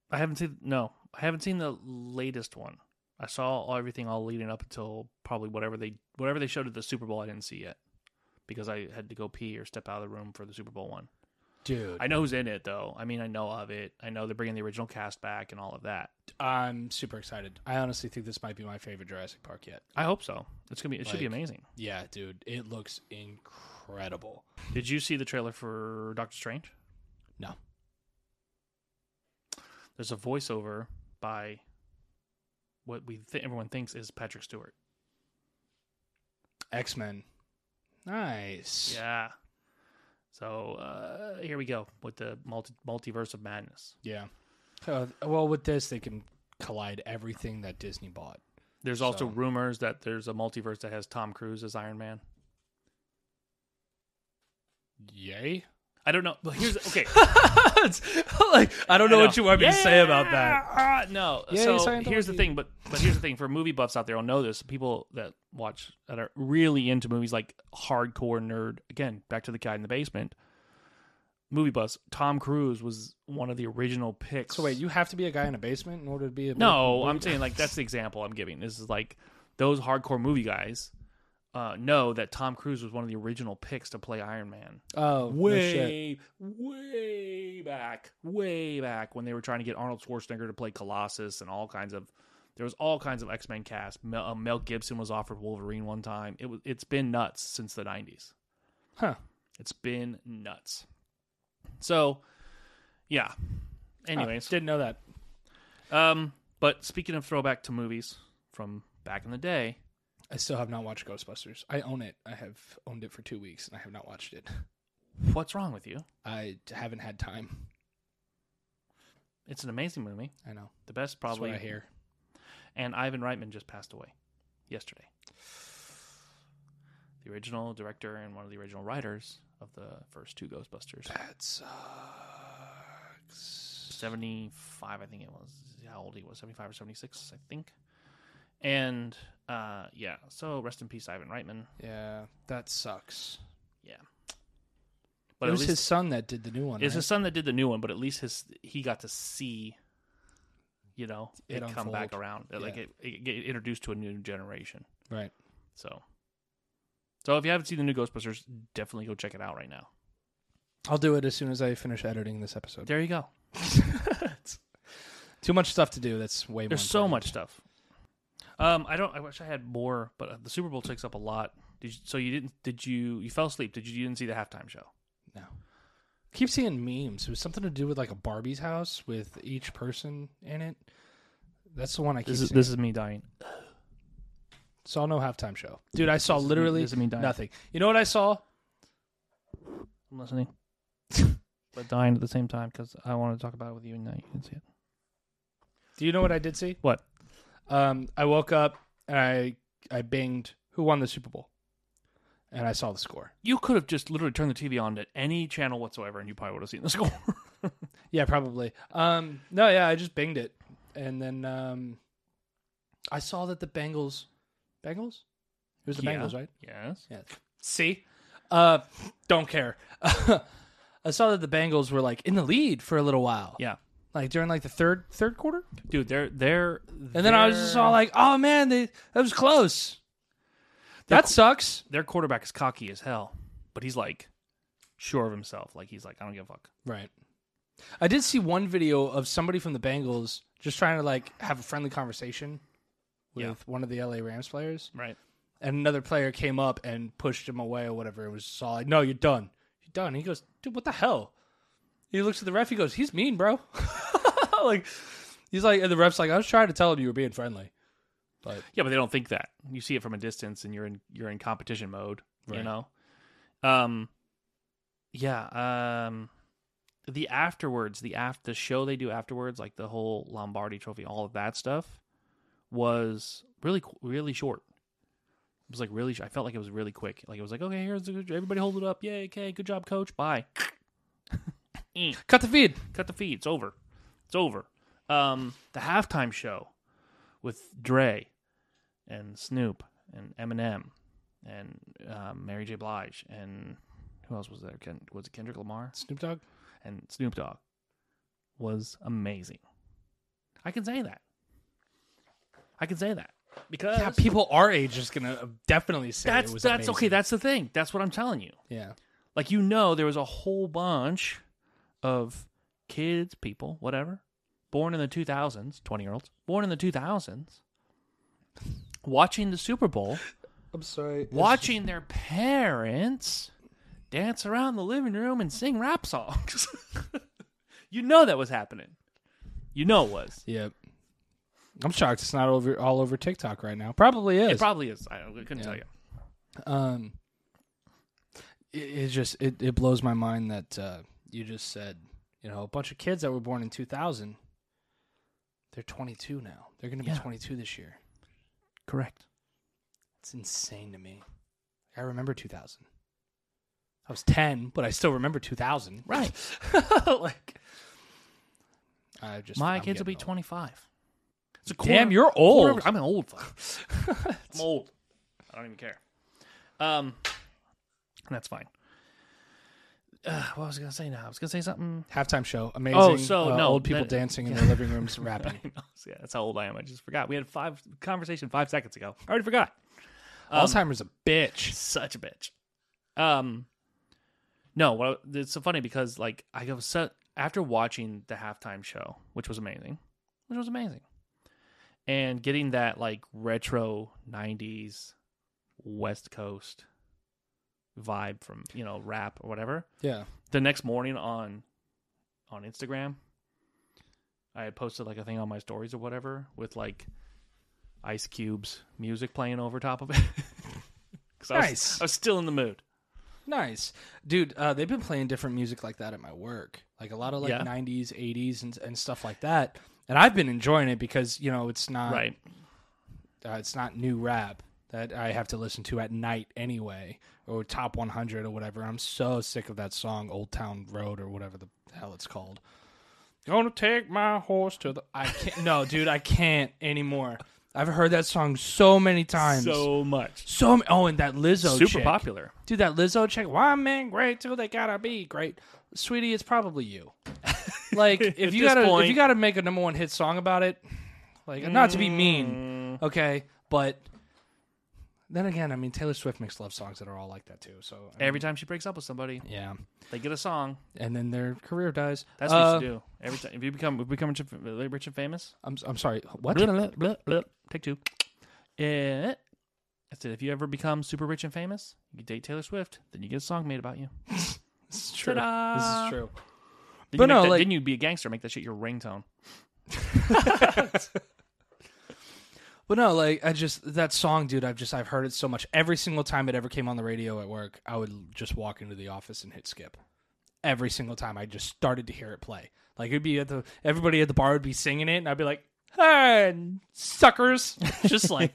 Speaker 1: I haven't seen. No, I haven't seen the latest one. I saw all, everything all leading up until probably whatever they whatever they showed at the Super Bowl. I didn't see yet. because I had to go pee or step out of the room for the Super Bowl one.
Speaker 2: Dude,
Speaker 1: I know who's in it though. I mean, I know of it. I know they're bringing the original cast back and all of that.
Speaker 2: I, am super excited. I honestly think this might be my favorite Jurassic Park yet.
Speaker 1: I hope so. It's gonna be. It should be
Speaker 2: Like-
Speaker 1: amazing.
Speaker 2: Yeah, dude, it looks incredible.
Speaker 1: Did you see the trailer for Doctor Strange?
Speaker 2: No.
Speaker 1: There's a voiceover by what we th- everyone thinks is Patrick Stewart.
Speaker 2: X Men, nice.
Speaker 1: Yeah. So uh, here we go with the multi- multiverse of madness.
Speaker 2: Yeah. Uh, well, with this, they can collide everything that Disney bought.
Speaker 1: There's also
Speaker 2: So-
Speaker 1: rumors that there's a multiverse that has Tom Cruise as Iron Man.
Speaker 2: Yay!
Speaker 1: I don't know. But here's okay.
Speaker 2: like I don't know what you want me to say about that.
Speaker 1: that. no.
Speaker 2: Yay,
Speaker 1: so
Speaker 2: Scientology.
Speaker 1: here's the thing, but but here's the thing for movie buffs out there, I'll know this. People that watch that are really into movies, like hardcore nerd. Again, back to the guy in the basement. Movie buffs. Tom Cruise was one of the original picks.
Speaker 2: So wait, you have to be a guy in a basement in order to be a
Speaker 1: No,
Speaker 2: movie-
Speaker 1: I'm saying like that's the example I'm giving. This is like those hardcore movie guys uh, know that Tom Cruise was one of the original picks to play Iron Man.
Speaker 2: oh no shit.
Speaker 1: Way, way back, way back when they were trying to get Arnold Schwarzenegger to play Colossus and all kinds of. There was all kinds of X Men cast. Mel, uh, Mel Gibson was offered Wolverine one time. It was. It's been nuts since the '90s.
Speaker 2: Huh.
Speaker 1: It's been nuts. So, yeah. Anyways,
Speaker 2: Didn't know that.
Speaker 1: um, but speaking of throwback to movies from back in the day,
Speaker 2: I still have not watched Ghostbusters. I own it. I have owned it for two weeks and I have not watched it.
Speaker 1: what's wrong with you?
Speaker 2: I haven't had time.
Speaker 1: It's an amazing movie,
Speaker 2: I know.
Speaker 1: the best
Speaker 2: That's
Speaker 1: probably.
Speaker 2: what I hear.
Speaker 1: And Ivan Reitman just passed away yesterday. The original director and one of the original writers of the first two Ghostbusters.
Speaker 2: That sucks.
Speaker 1: 75, I think it was. How old he was? 75 or 76, I think. And uh, yeah, so rest in peace, Ivan Reitman.
Speaker 2: Yeah, that sucks.
Speaker 1: Yeah.
Speaker 2: But
Speaker 1: at
Speaker 2: it was
Speaker 1: least-
Speaker 2: his son that did the new one.
Speaker 1: It's
Speaker 2: right?
Speaker 1: his son that did the new one, but at least his he got to see, you know,
Speaker 2: It
Speaker 1: it, come back
Speaker 2: unfold.
Speaker 1: around, uh, like
Speaker 2: Yeah.
Speaker 1: it, it get introduced to a new generation.
Speaker 2: right.
Speaker 1: So, so if you haven't seen the new Ghostbusters, definitely go check it out right now.
Speaker 2: I'll do it as soon as I finish editing this episode.
Speaker 1: There you go.
Speaker 2: Too much stuff to do. That's way more.
Speaker 1: There's so
Speaker 2: important.
Speaker 1: much stuff. Um, I don't. I wish I had more, but the Super Bowl takes up a lot. Did you, so you didn't? Did you? You fell asleep? Did you? You didn't see the halftime show?
Speaker 2: No. Keep seeing memes. It was something to do with like a Barbie's house with each person in it. That's the one I keep
Speaker 1: This is
Speaker 2: seeing.
Speaker 1: this is me dying.
Speaker 2: Saw no halftime show. Dude, I saw
Speaker 1: This is me-
Speaker 2: literally
Speaker 1: this is me dying.
Speaker 2: nothing. You know what I saw?
Speaker 1: I'm listening, but dying at the same time because I want to talk about it with you, and now you can see it.
Speaker 2: Do you know what I did see?
Speaker 1: What?
Speaker 2: Um, I woke up and I I binged who won the Super Bowl, and I saw the score.
Speaker 1: you could have just literally turned the TV on at any channel whatsoever, and you probably would have seen the score.
Speaker 2: Yeah, probably. Um, no, yeah, I just binged it, and then um, I saw that the Bengals, Bengals, it was the
Speaker 1: Yeah.
Speaker 2: Bengals, right?
Speaker 1: yes.
Speaker 2: Yeah. See? Uh don't care. I saw that the Bengals were like in the lead for a little while.
Speaker 1: Yeah,
Speaker 2: Like during like the third third quarter.
Speaker 1: dude, they're they're.
Speaker 2: And then I was just all like, "Oh man, they that was close." That sucks.
Speaker 1: their quarterback is cocky as hell, but he's like sure of himself. Like he's like, I don't give a fuck.
Speaker 2: Right. I did see one video of somebody from the Bengals just trying to like have a friendly conversation with
Speaker 1: Yeah.
Speaker 2: one of the LA Rams players.
Speaker 1: Right.
Speaker 2: and another player came up and pushed him away or whatever. It was just all like, "No, you're done. You're done." He goes, "Dude, what the hell?" He looks at the ref. He goes, "He's mean, bro." like, he's like, and the ref's like, "I was trying to tell him you were being friendly." But
Speaker 1: Yeah, but they don't think that. You see it from a distance, and you're in you're in competition mode. You
Speaker 2: Right.
Speaker 1: know. Um. Yeah. Um. The afterwards, the after the show they do afterwards, like the whole Lombardi Trophy, all of that stuff, was really qu- really short. It was like really. sh- I felt like it was really quick. Like it was like, okay, here's the, everybody hold it up. Yay, okay, good job, coach. Bye. Mm
Speaker 2: cut the feed.
Speaker 1: cut the feed. It's over. It's over. Um, the halftime show with Dre and Snoop and Eminem and um, Mary J. Blige and who else was there? Ken, was it Kendrick Lamar
Speaker 2: Snoop Dogg.
Speaker 1: and Snoop Dogg? Was amazing. I can say that. I can say that. because
Speaker 2: Yeah, people our age is gonna definitely say
Speaker 1: that's
Speaker 2: it was
Speaker 1: that's okay.
Speaker 2: amazing.
Speaker 1: That's the thing. That's what I'm telling you.
Speaker 2: yeah,
Speaker 1: Like you know, there was a whole bunch of kids, people, whatever, born in the 2000s, 20 year olds, born in the 2000s, watching the Super Bowl,
Speaker 3: I'm sorry.
Speaker 1: watching their parents dance around the living room and sing rap songs. you know that was happening. You know it was.
Speaker 2: yep. I'm shocked it's not over all over TikTok right now. Probably is.
Speaker 1: It probably is. I couldn't tell you.
Speaker 2: um, it, it just it, it blows my mind that uh, you just said you know a bunch of kids that were born in 2000. They're 22 now. They're gonna be
Speaker 1: Yeah.
Speaker 2: 22 this year.
Speaker 1: Correct.
Speaker 2: It's insane to me. I remember 2000. I was 10, but I still remember 2000.
Speaker 1: Right.
Speaker 2: like, I just
Speaker 1: My
Speaker 2: I'm
Speaker 1: kids will be
Speaker 2: getting old.
Speaker 1: 25. It's a
Speaker 2: Damn, you're old.
Speaker 1: quarter- I'm an old. fuck. I'm old. I don't even care. Um, that's fine. Uh, what was I gonna say now? I was gonna say something.
Speaker 2: Halftime show, amazing.
Speaker 1: Oh, so,
Speaker 2: uh,
Speaker 1: no,
Speaker 2: old people
Speaker 1: that-
Speaker 2: dancing in their living rooms rapping.
Speaker 1: yeah, that's how old I am. I just forgot. We had five conversation five seconds ago. I already forgot. Um,
Speaker 2: Alzheimer's a bitch.
Speaker 1: Such a bitch. Um, no, well, it's so funny because like I was set after watching the halftime show, which was amazing, which was amazing, and getting that like retro '90s West Coast vibe from you know rap or whatever.
Speaker 2: Yeah,
Speaker 1: The next morning on on Instagram, I had posted like a thing on my stories or whatever with like Ice Cube's music playing over top of it. 'Cause I was-
Speaker 2: Nice.
Speaker 1: I was still in the mood.
Speaker 2: nice, dude. Uh, they've been playing different music like that at my work, like a lot of like
Speaker 1: Yeah.
Speaker 2: '90s, '80s, and and stuff like that. And I've been enjoying it because you know it's not
Speaker 1: Right.
Speaker 2: uh, it's not new rap that I have to listen to at night anyway, or top 100 or whatever. I'm so sick of that song, Old Town Road or whatever the hell it's called. Gonna take my horse to the. I can't. no, dude, I can't anymore. I've heard that song so many times.
Speaker 1: So much.
Speaker 2: so m- oh, and that Lizzo
Speaker 1: Super
Speaker 2: chick.
Speaker 1: popular.
Speaker 2: dude. That Lizzo chick. Why men great till they gotta be great, sweetie? It's probably you. Like
Speaker 1: At
Speaker 2: if you
Speaker 1: this
Speaker 2: gotta if
Speaker 1: point-
Speaker 2: you gotta make a number one hit song about it, like not to be mean,
Speaker 1: Mm,
Speaker 2: Okay, but then again, I mean Taylor Swift makes love songs that are all like that too. So I mean,
Speaker 1: every time she breaks up with somebody,
Speaker 2: yeah,
Speaker 1: they get a song.
Speaker 2: and then their career dies.
Speaker 1: That's what you
Speaker 2: Uh,
Speaker 1: should do. Every time if you become if you become rich and, rich and famous,
Speaker 2: I'm I'm sorry. What?
Speaker 1: blah, blah, blah, blah, take two. Eh, That's it. If you ever become super rich and famous, you date Taylor Swift, then you get a song made about you.
Speaker 2: This is true. This
Speaker 1: Ta-da.
Speaker 2: is true.
Speaker 1: Then
Speaker 2: But
Speaker 1: you make
Speaker 2: no,
Speaker 1: that,
Speaker 2: like-
Speaker 1: then you be a gangster, make that shit your ringtone.
Speaker 2: But no, like I just that song, dude. I've just I've heard it so much. Every single time it ever came on the radio at work, I would just walk into the office and hit skip. Every single time, I just started to hear it play. Like it'd be at the everybody at the bar would be singing it, and I'd be like, "Hey, suckers!" Just like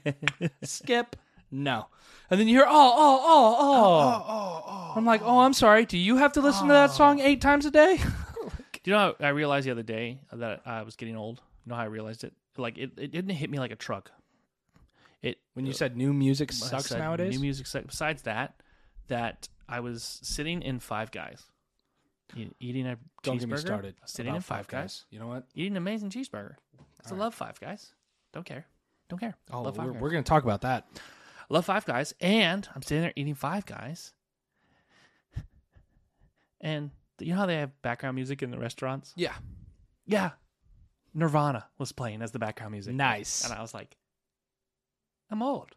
Speaker 2: skip. No, and then you hear, "Oh, oh, oh, oh, oh, oh!" I'm like, "Oh, I'm sorry. Do you have to listen to
Speaker 1: Oh.
Speaker 2: that song eight times a day?"
Speaker 1: Do you know how I realized the other day that I was getting old? You know how I realized it? Like it, it didn't hit me like a truck. It
Speaker 2: when you said new music
Speaker 1: I
Speaker 2: sucks
Speaker 1: said
Speaker 2: nowadays,
Speaker 1: New music sucks. Besides that, that I was sitting in Five Guys, e- eating a
Speaker 2: don't
Speaker 1: cheeseburger.
Speaker 2: get me started.
Speaker 1: Sitting
Speaker 2: about
Speaker 1: in Five Guys,
Speaker 2: You know what?
Speaker 1: eating an amazing cheeseburger. 'Cause I love Five Guys. Don't care. Don't care.
Speaker 2: Oh,
Speaker 1: love 5
Speaker 2: we're,
Speaker 1: Guys.
Speaker 2: we're gonna talk about that.
Speaker 1: love Five Guys, and I'm sitting there eating Five Guys, and you know how they have background music in the restaurants?
Speaker 2: Yeah.
Speaker 1: Yeah, Nirvana was playing as the background music.
Speaker 2: Nice.
Speaker 1: And I was like, I'm old.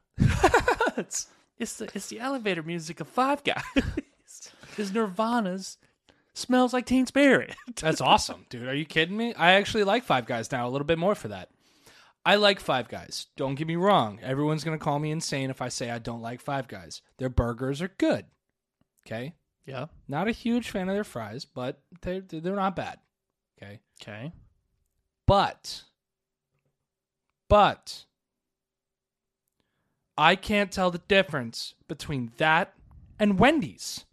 Speaker 1: It's the it's the elevator music of Five Guys. Is Nirvana's smells like Teen Spirit.
Speaker 2: That's awesome, dude. Are you kidding me? I actually like Five Guys now a little bit more for that. I like Five Guys. Don't get me wrong. Everyone's going to call me insane if I say I don't like Five Guys. Their burgers are good. Okay?
Speaker 1: Yeah.
Speaker 2: Not a huge fan of their fries, but they they're not bad. Okay?
Speaker 1: Okay.
Speaker 2: But, but, I can't tell the difference between that and Wendy's.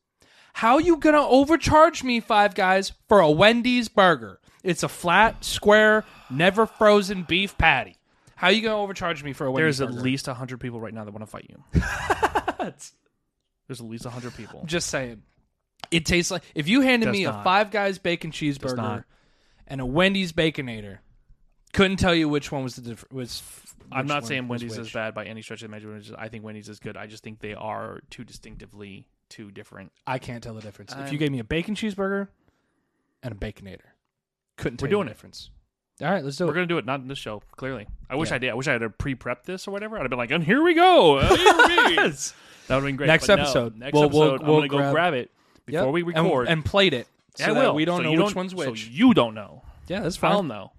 Speaker 2: How you gonna overcharge me, Five Guys, for a Wendy's burger? It's a flat, square, never frozen beef patty. How you gonna overcharge me for a Wendy's
Speaker 1: There's at
Speaker 2: burger?
Speaker 1: least hundred people right now that want to fight you. There's at least hundred people.
Speaker 2: I'm just saying. It tastes like if you handed
Speaker 1: Does
Speaker 2: me a
Speaker 1: not.
Speaker 2: Five Guys bacon
Speaker 1: not.
Speaker 2: cheeseburger and a Wendy's baconator, Couldn't tell you which one was the diff- was.
Speaker 1: I'm
Speaker 2: which
Speaker 1: not
Speaker 2: one
Speaker 1: saying
Speaker 2: was
Speaker 1: Wendy's is
Speaker 2: which.
Speaker 1: bad by any stretch of the imagination. I think Wendy's is good. I just think they are too distinctively too different.
Speaker 2: I can't tell the difference. if
Speaker 1: I'm-
Speaker 2: you gave me a bacon cheeseburger and a baconator, couldn't tell
Speaker 1: We're
Speaker 2: you
Speaker 1: doing
Speaker 2: the
Speaker 1: it.
Speaker 2: difference. All right, let's do
Speaker 1: We're
Speaker 2: it.
Speaker 1: gonna do it, not in this show. Clearly, I wish
Speaker 2: Yeah.
Speaker 1: I did. I wish I had pre-prepped this or whatever. I'd have been like, "And here we go." Uh, here it is." That would have been great.
Speaker 2: Next
Speaker 1: But no,
Speaker 2: episode.
Speaker 1: next
Speaker 2: We'll- we'll-
Speaker 1: episode, I'm
Speaker 2: we'll
Speaker 1: gonna
Speaker 2: grab-
Speaker 1: go grab it
Speaker 2: Yep.
Speaker 1: before we
Speaker 2: And-
Speaker 1: record.
Speaker 2: and, played it.
Speaker 1: Yeah,
Speaker 2: so
Speaker 1: I
Speaker 2: that
Speaker 1: will.
Speaker 2: we don't
Speaker 1: So
Speaker 2: know
Speaker 1: you
Speaker 2: which one's
Speaker 1: so
Speaker 2: which.
Speaker 1: you don't know.
Speaker 2: yeah, that's
Speaker 1: I'll
Speaker 2: fine.
Speaker 1: know.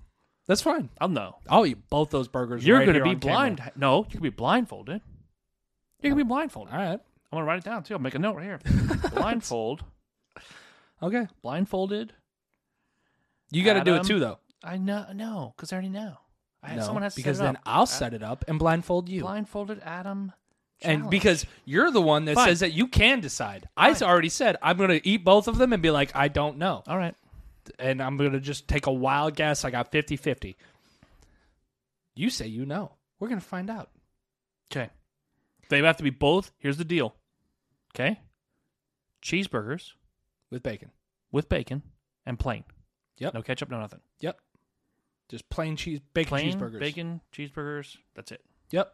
Speaker 2: That's fine.
Speaker 1: I'll know.
Speaker 2: I'll eat both those burgers.
Speaker 1: You're
Speaker 2: right
Speaker 1: gonna
Speaker 2: here
Speaker 1: be
Speaker 2: on camera.
Speaker 1: blind. No, you're gonna be blindfolded. You're gonna be blindfolded.
Speaker 2: All right.
Speaker 1: I'm gonna write it down too. I'll make a note right here. Blindfold,
Speaker 2: Okay.
Speaker 1: blindfolded.
Speaker 2: You got to do it
Speaker 1: Adam,
Speaker 2: too, though.
Speaker 1: I know, no, because I already know. I,
Speaker 2: No,
Speaker 1: someone has to
Speaker 2: because
Speaker 1: set it
Speaker 2: then
Speaker 1: up.
Speaker 2: I'll set it up and blindfold you.
Speaker 1: blindfolded Adam.
Speaker 2: and
Speaker 1: challenge.
Speaker 2: because you're the one that
Speaker 1: Fine.
Speaker 2: says that you can decide. I
Speaker 1: Fine.
Speaker 2: already said I'm going to eat both of them and be like, I don't know.
Speaker 1: all right,
Speaker 2: And I'm going to just take a wild guess. I got 50 50. You say you know. We're going to find out.
Speaker 1: okay, they have to be both. Here's the deal, okay? Cheeseburgers
Speaker 2: With bacon.
Speaker 1: with bacon and plain.
Speaker 2: Yep.
Speaker 1: No ketchup, no nothing.
Speaker 2: Yep. Just plain cheese, bacon
Speaker 1: Plain
Speaker 2: cheeseburgers.
Speaker 1: bacon cheeseburgers. That's it.
Speaker 2: Yep.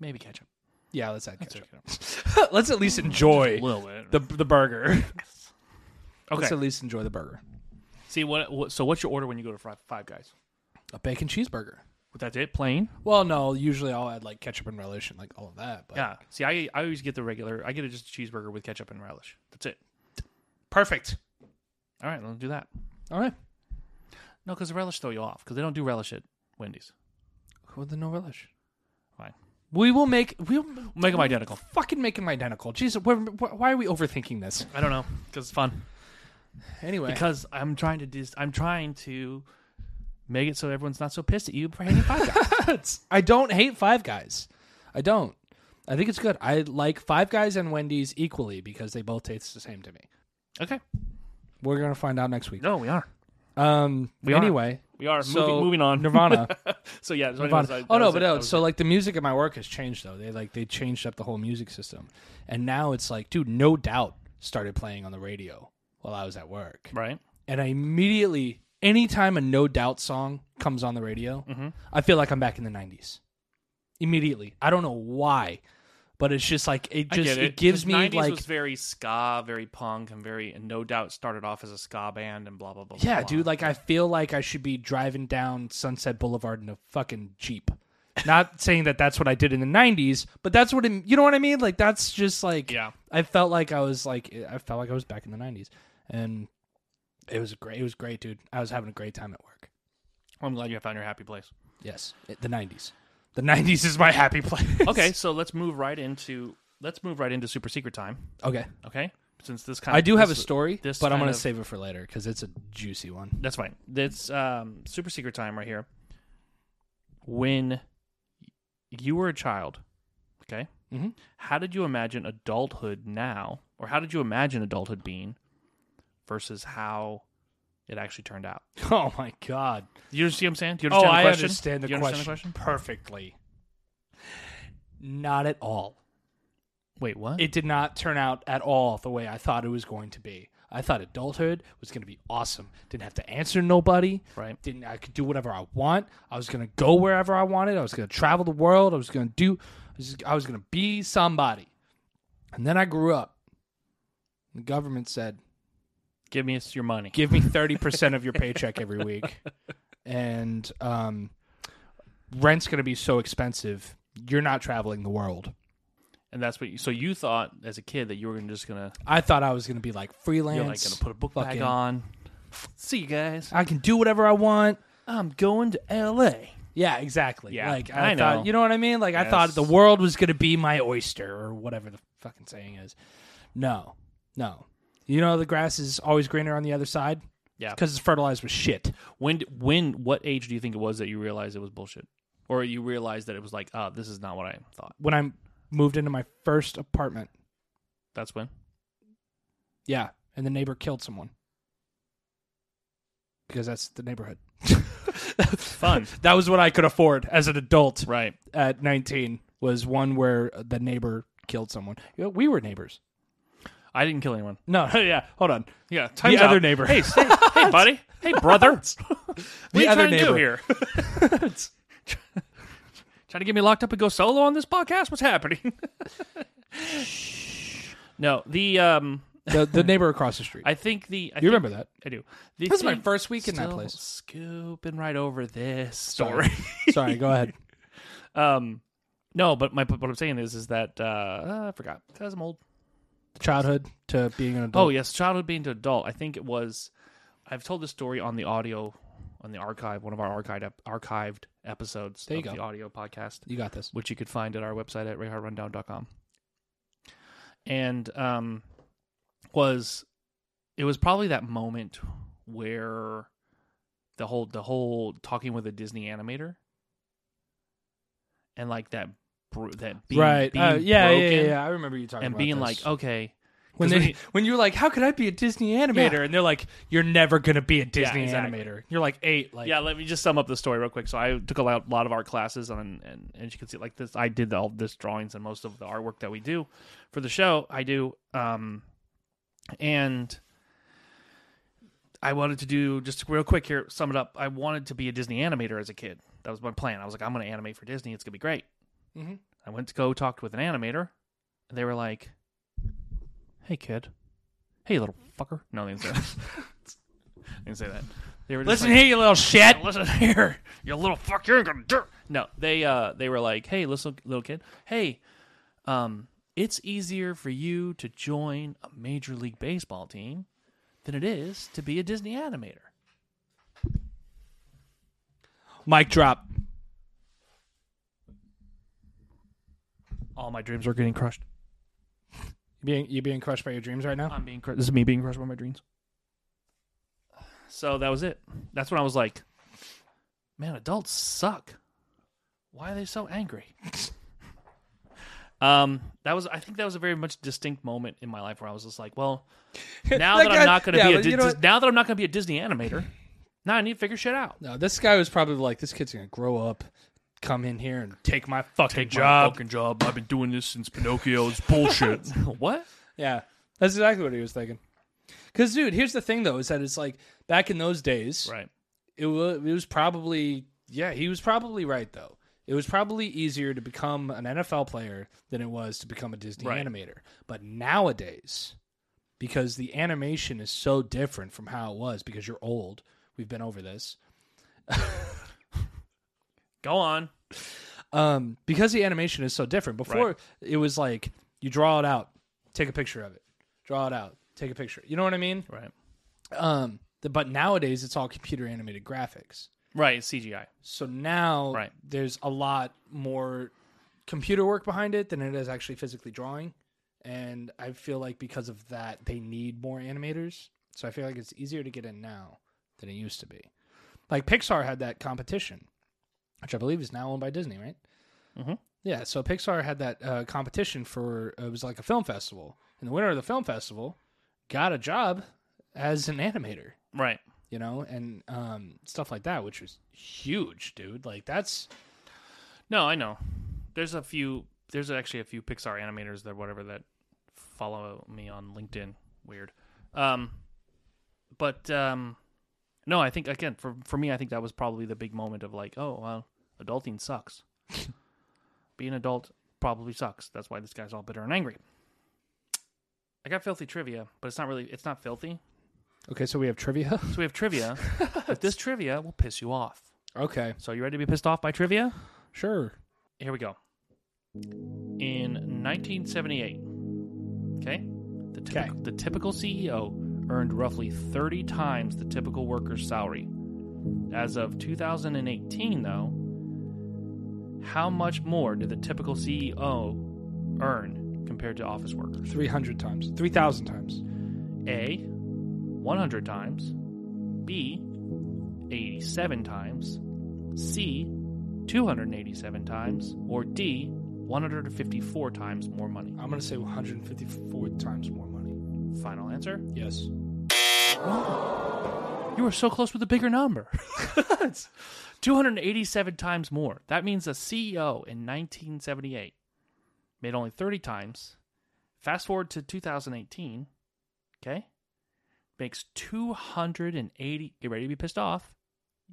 Speaker 1: Maybe ketchup.
Speaker 2: Yeah, let's add ketchup.
Speaker 1: okay.
Speaker 2: let's at least
Speaker 1: A
Speaker 2: enjoy
Speaker 1: little bit.
Speaker 2: the the burger. Let's
Speaker 1: okay.
Speaker 2: at least enjoy the burger.
Speaker 1: See what, what? So what's your order when you go to Fri- Five Guys?
Speaker 2: A bacon cheeseburger.
Speaker 1: That's it. Plain.
Speaker 2: Well, no, usually I'll add like ketchup and relish and like all of that. But
Speaker 1: Yeah. See, I I always get the regular. I get it just a cheeseburger with ketchup and relish. That's it.
Speaker 2: perfect.
Speaker 1: All right, let's do that.
Speaker 2: All right.
Speaker 1: No, because the relish throw you off because they don't do relish at Wendy's.
Speaker 2: With the no relish.
Speaker 1: Fine.
Speaker 2: We will make we'll
Speaker 1: Make them identical.
Speaker 2: fucking make them identical. Jesus, wh- wh- why are we overthinking this?
Speaker 1: I don't know because it's fun.
Speaker 2: Anyway,
Speaker 1: Because I'm trying to dis- I'm trying to make it so everyone's not so pissed at you for hating Five Guys.
Speaker 2: I don't hate Five Guys. I don't. I think it's good. I like Five Guys and Wendy's equally because they both taste the same to me.
Speaker 1: okay.
Speaker 2: We're gonna find out next week.
Speaker 1: No, we are.
Speaker 2: Um.
Speaker 1: We are.
Speaker 2: anyway,
Speaker 1: We are
Speaker 2: So,
Speaker 1: moving, moving on.
Speaker 2: Nirvana.
Speaker 1: so yeah. so anyways,
Speaker 2: Nirvana.
Speaker 1: I- that
Speaker 2: oh no,
Speaker 1: was
Speaker 2: but
Speaker 1: it. That
Speaker 2: no.
Speaker 1: was
Speaker 2: So
Speaker 1: it.
Speaker 2: like the music at my work has changed though. They like they changed up the whole music system, and now it's like, dude, no doubt started playing on the radio while I was at work,
Speaker 1: right.
Speaker 2: and I immediately, anytime a no doubt song comes on the radio,
Speaker 1: Mm-hmm.
Speaker 2: I feel like I'm back in the '90s. Immediately, I don't know why, but it's just like it just it. gives
Speaker 1: 'Cause
Speaker 2: me
Speaker 1: 90s
Speaker 2: like
Speaker 1: was very ska, very punk, and very and no doubt started off as a ska band and blah blah blah.
Speaker 2: Yeah,
Speaker 1: blah.
Speaker 2: dude, like I feel like I should be driving down Sunset Boulevard in a fucking Jeep. Not saying that that's what I did in the 90s, but that's what it, you know what I mean? Like that's just like
Speaker 1: Yeah.
Speaker 2: I felt like I was like I felt like I was back in the 90s. And it was great. It was great, dude. I was having a great time at work.
Speaker 1: I'm glad you found your happy place.
Speaker 2: Yes, the 90s. The 90s is my happy place.
Speaker 1: Okay, so let's move right into let's move right into super secret time.
Speaker 2: Okay.
Speaker 1: Okay, since this kind
Speaker 2: I
Speaker 1: of,
Speaker 2: do have a
Speaker 1: this-
Speaker 2: story,
Speaker 1: this
Speaker 2: but I'm
Speaker 1: kind
Speaker 2: going
Speaker 1: of-
Speaker 2: to save it for later cuz it's a juicy one.
Speaker 1: That's fine. That's um, super secret time right here. When you were a child, okay,
Speaker 2: Mhm.
Speaker 1: how did you imagine adulthood now, or how did you imagine adulthood being, versus how it actually turned out?
Speaker 2: Oh my god.
Speaker 1: You see what I'm saying? Do you
Speaker 2: Oh,
Speaker 1: understand the
Speaker 2: I
Speaker 1: question?
Speaker 2: understand the
Speaker 1: Do you
Speaker 2: question
Speaker 1: understand the question?
Speaker 2: perfectly. Not at all.
Speaker 1: Wait, what?
Speaker 2: It did not turn out at all the way I thought it was going to be. I thought adulthood was going to be awesome. Didn't have to answer nobody.
Speaker 1: Right.
Speaker 2: Didn't I could do whatever I want. I was going to go wherever I wanted. I was going to travel the world. I was going to do. I was, I was going to be somebody. And then I grew up. The government said,
Speaker 1: Give me your money.
Speaker 2: give me 30% of your paycheck every week and um, rent's going to be so expensive you're not traveling the world
Speaker 1: and that's what. You, so you thought as a kid that you were gonna just gonna
Speaker 2: i thought i was going to be like
Speaker 1: you're like
Speaker 2: freelance
Speaker 1: gonna put a book
Speaker 2: fucking-
Speaker 1: bag on. See you guys.
Speaker 2: i can do whatever i want
Speaker 1: I'm going to L.A.
Speaker 2: yeah exactly
Speaker 1: Yeah,
Speaker 2: like i,
Speaker 1: I
Speaker 2: thought
Speaker 1: know.
Speaker 2: you know what i mean like i thought
Speaker 1: Yes.
Speaker 2: the world was going to be my oyster or whatever the fucking saying is no no you know the grass is always greener on the other side
Speaker 1: Yeah.
Speaker 2: because it's fertilized with shit
Speaker 1: When when what age do you think it was that you realized it was bullshit, or you realized that it was like, oh, this is not what I thought.
Speaker 2: when i moved into my first apartment
Speaker 1: That's when.
Speaker 2: Yeah, and the neighbor killed someone because that's the neighborhood.
Speaker 1: Fun.
Speaker 2: that was what I could afford as an adult
Speaker 1: Right.
Speaker 2: at 19 was one where the neighbor killed someone. You know, we were neighbors.
Speaker 1: I didn't kill anyone.
Speaker 2: No, yeah, hold on.
Speaker 1: Yeah.
Speaker 2: time's
Speaker 1: the
Speaker 2: out.
Speaker 1: other neighbor. Hey, stay, hey, buddy. Hey, brother. What are
Speaker 2: The
Speaker 1: you
Speaker 2: other
Speaker 1: trying to do here?
Speaker 2: neighbor.
Speaker 1: trying to get me locked up and go solo on this podcast? What's happening? no, the um,
Speaker 2: the, the neighbor across the street.
Speaker 1: I think the I
Speaker 2: you remember that?
Speaker 1: I do. The
Speaker 2: This is my
Speaker 1: thing-
Speaker 2: first week in that
Speaker 1: still
Speaker 2: place.
Speaker 1: Scooping right over this
Speaker 2: Sorry.
Speaker 1: story.
Speaker 2: Sorry, go ahead.
Speaker 1: um, no, but my what I'm saying is is that uh, I forgot because I'm old.
Speaker 2: Childhood to being an
Speaker 1: Oh
Speaker 2: adult.
Speaker 1: yes, childhood being to adult. I think it was. I've told this story on the audio, on the archive, one of our archived ep- archived episodes
Speaker 2: There you
Speaker 1: of
Speaker 2: go.
Speaker 1: the audio podcast,
Speaker 2: you got this.
Speaker 1: which you could find at our website at rayhardrundown.com. And um, was it was probably that moment where the whole the whole talking with a Disney animator and like that br- that being,
Speaker 2: right?
Speaker 1: being
Speaker 2: Uh, yeah, yeah,
Speaker 1: broken
Speaker 2: yeah, yeah. I remember you talking
Speaker 1: and
Speaker 2: about
Speaker 1: being
Speaker 2: this.
Speaker 1: like okay
Speaker 2: when
Speaker 1: 'cause
Speaker 2: they oh, when you're like, how could I be a Disney animator? And they're like, you're never gonna be a Disney
Speaker 1: exactly.
Speaker 2: animator. You're like eight. Like,
Speaker 1: yeah, let me just sum up the story real quick. So I took a lot, lot of art classes, and, and and as you can see, like this, I did all this drawings and most of the artwork that we do for the show. I do, um, and I wanted to do just real quick here, sum it up. I wanted to be a Disney animator as a kid. That was my plan. I was like, I'm going to animate for Disney. It's going to be great.
Speaker 2: Mhm.
Speaker 1: I went to go talk with an animator, and they were like, "Hey, kid. Hey, little fucker." No, they didn't say that. they didn't say that. They were just
Speaker 2: Listen
Speaker 1: like-
Speaker 2: here, you little shit.
Speaker 1: now listen here, you little fuck, you ain't gonna do. No, they uh, they were like, hey, listen, little kid, hey, um, it's easier for you to join a major league baseball team than it is to be a Disney animator.
Speaker 2: Mic drop.
Speaker 1: All my dreams are getting crushed.
Speaker 2: Being you being crushed by your dreams right now.
Speaker 1: I'm being crushed. This is me being crushed by my dreams. So that was it. That's when I was like, man, adults suck. Why are they so angry? um, that was I think that was a very much distinct moment in my life where I was just like, well, now
Speaker 2: That
Speaker 1: that,
Speaker 2: guy-
Speaker 1: I'm not going to
Speaker 2: yeah,
Speaker 1: be a
Speaker 2: but
Speaker 1: Di-
Speaker 2: you know
Speaker 1: Dis-
Speaker 2: what?
Speaker 1: now that I'm not going to be a Disney animator, now I need to figure shit out.
Speaker 2: No, this guy was probably like, this kid's gonna grow up, come in here and take my fucking
Speaker 1: Take my
Speaker 2: job.
Speaker 1: fucking job. I've been doing this since Pinocchio. It's bullshit. what?
Speaker 2: Yeah, that's exactly what he was thinking. Because, dude, here's the thing though, is that it's like back in those days,
Speaker 1: Right.
Speaker 2: it was it was probably yeah, he was probably right though. It was probably easier to become an NFL player than it was to become a Disney
Speaker 1: Right.
Speaker 2: animator. But nowadays, because the animation is so different from how it was, because you're old, we've been over this.
Speaker 1: Go on.
Speaker 2: um, because the animation is so different. Before
Speaker 1: Right.
Speaker 2: it was like you draw it out, take a picture of it, draw it out, take a picture. You know what I mean?
Speaker 1: Right.
Speaker 2: Um, the, but nowadays it's all computer animated graphics.
Speaker 1: Right. CGI.
Speaker 2: So now
Speaker 1: Right.
Speaker 2: there's a lot more computer work behind it than it is actually physically drawing. And I feel like because of that, they need more animators. So I feel like it's easier to get in now than it used to be. Like Pixar had that competition, which I believe is now owned by Disney, right?
Speaker 1: Mhm.
Speaker 2: Yeah. So Pixar had that uh, competition for uh, it was like a film festival, and the winner of the film festival got a job as an animator
Speaker 1: Right.
Speaker 2: you know, and um, stuff like that, which was huge, dude. Like that's
Speaker 1: No, I know. There's a few. There's actually a few Pixar animators that whatever that follow me on LinkedIn. Weird. Um, but um, no, I think again for for me, I think that was probably the big moment of like, oh well, adulting sucks. Being adult probably sucks. That's why this guy's all bitter and angry. I got filthy trivia, but it's not really. It's not filthy.
Speaker 2: okay. So we have trivia.
Speaker 1: So we have trivia. but this trivia will piss you off.
Speaker 2: okay,
Speaker 1: So you ready to be pissed off by trivia?
Speaker 2: sure.
Speaker 1: Here we go. In 1978, okay, the, typical,
Speaker 2: Okay.
Speaker 1: the typical CEO earned roughly 30 times the typical worker's salary. As of 2018, though, how much more did the typical CEO earn compared to office workers?
Speaker 2: Three hundred times, three thousand times.
Speaker 1: A, 100 times, B, 87 times, C, 287 times, or D, 154 times more money.
Speaker 2: I'm gonna say 154 times more money.
Speaker 1: Final answer.
Speaker 2: Yes.
Speaker 1: You were so close with a bigger number. It's 287 times more. That means a CEO in 1978 made only 30 times. Fast forward to 2018, okay? Makes 280. Get ready to be pissed off.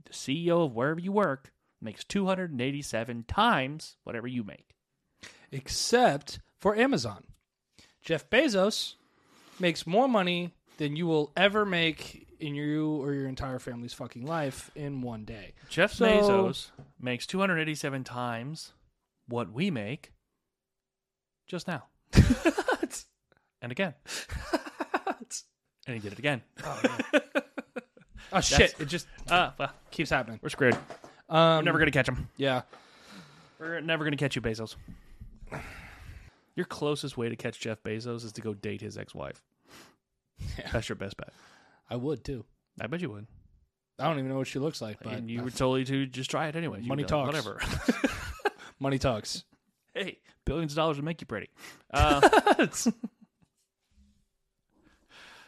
Speaker 1: the CEO of wherever you work makes 287 times whatever you make.
Speaker 2: except for Amazon. Jeff Bezos makes more money than you will ever make in you or your entire family's fucking life in one day.
Speaker 1: Jeff
Speaker 2: So-
Speaker 1: Bezos makes 287 times what we make just now. and again. And he did it again.
Speaker 2: Oh shit! It just
Speaker 1: Ah, well,
Speaker 2: keeps happening.
Speaker 1: we're screwed.
Speaker 2: Um,
Speaker 1: We're never going to catch him.
Speaker 2: Yeah.
Speaker 1: We're never going to catch you, Bezos. Your closest way to catch Jeff Bezos is to go date his ex wife.
Speaker 2: Yeah.
Speaker 1: That's your best bet.
Speaker 2: I would too.
Speaker 1: I bet you would.
Speaker 2: I don't even know what she looks like, but
Speaker 1: and you were totally to just try it anyway.
Speaker 2: Money talks.
Speaker 1: Whatever.
Speaker 2: money talks.
Speaker 1: hey, billions of dollars would make you pretty. Uh,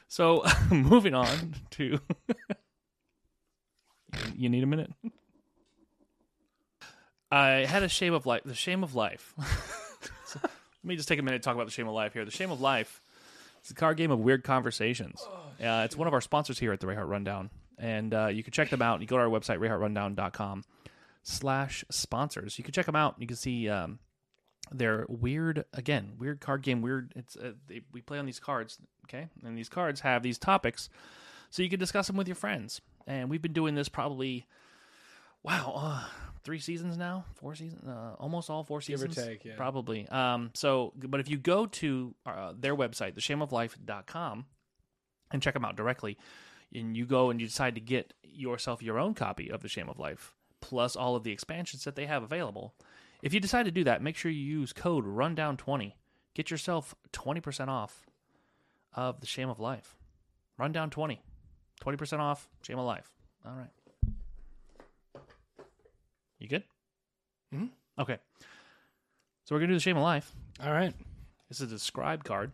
Speaker 1: so, moving on to. you need a minute. I had a shame of life. The shame of life. So, let me just take a minute to talk about the shame of life here. The shame of life. It's a card game of weird conversations. uh, it's one of our sponsors here at the Rayhart Rundown, and uh, you can check them out. You go to our website rayhartrundown.com slash sponsors. You can check them out. You can see um, they're weird again weird card game weird it's uh, they, we play on these cards okay and these cards have these topics so you can discuss them with your friends and we've been doing this probably wow uh, three seasons now four seasons uh, almost all four
Speaker 2: Give or
Speaker 1: seasons
Speaker 2: take, yeah.
Speaker 1: probably um so but if you go to uh, their website theshameoflife.com and check them out directly and you go and you decide to get yourself your own copy of the shame of life plus all of the expansions that they have available if you decide to do that, make sure you use code Rundown20. Get yourself 20% off of The Shame of Life. Rundown20. 20% off Shame of Life. All right. You good?
Speaker 2: Mhm.
Speaker 1: Okay. So we're going to do The Shame of Life.
Speaker 2: All right.
Speaker 1: This is a scribe card.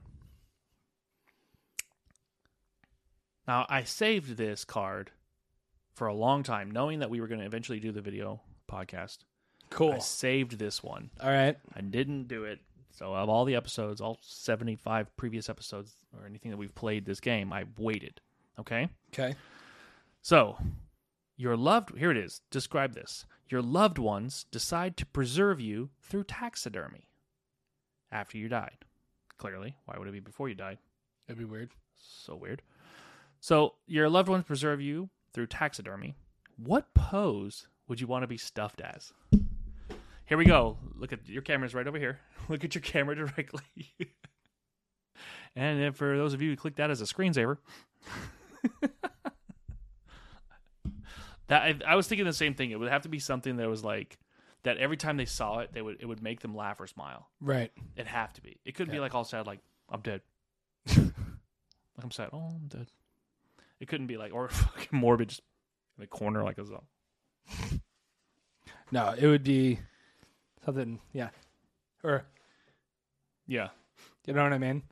Speaker 1: Now, I saved this card for a long time, knowing that we were going to eventually do the video podcast.
Speaker 2: Cool.
Speaker 1: I saved this one.
Speaker 2: All right.
Speaker 1: I didn't do it. So of all the episodes, all 75 previous episodes or anything that we've played this game, I waited. Okay?
Speaker 2: Okay.
Speaker 1: So, your loved here it is. Describe this. Your loved ones decide to preserve you through taxidermy after you died. Clearly, why would it be before you died?
Speaker 2: That'd be weird.
Speaker 1: So weird. So, your loved ones preserve you through taxidermy. What pose would you want to be stuffed as? Here we go. Look at your camera's right over here. Look at your camera directly. and if, for those of you who clicked that as a screensaver, that I, I was thinking the same thing. It would have to be something that was like that every time they saw it, they would it would make them laugh or smile.
Speaker 2: Right.
Speaker 1: It'd have to be. It could be
Speaker 2: Yeah.
Speaker 1: like all sad, like I'm dead. like I'm sad. Oh, I'm dead. It couldn't be like or fucking morbid, just in the corner like a zombie.
Speaker 2: No, it would be something. Yeah. Or
Speaker 1: Yeah,
Speaker 2: you know what I mean?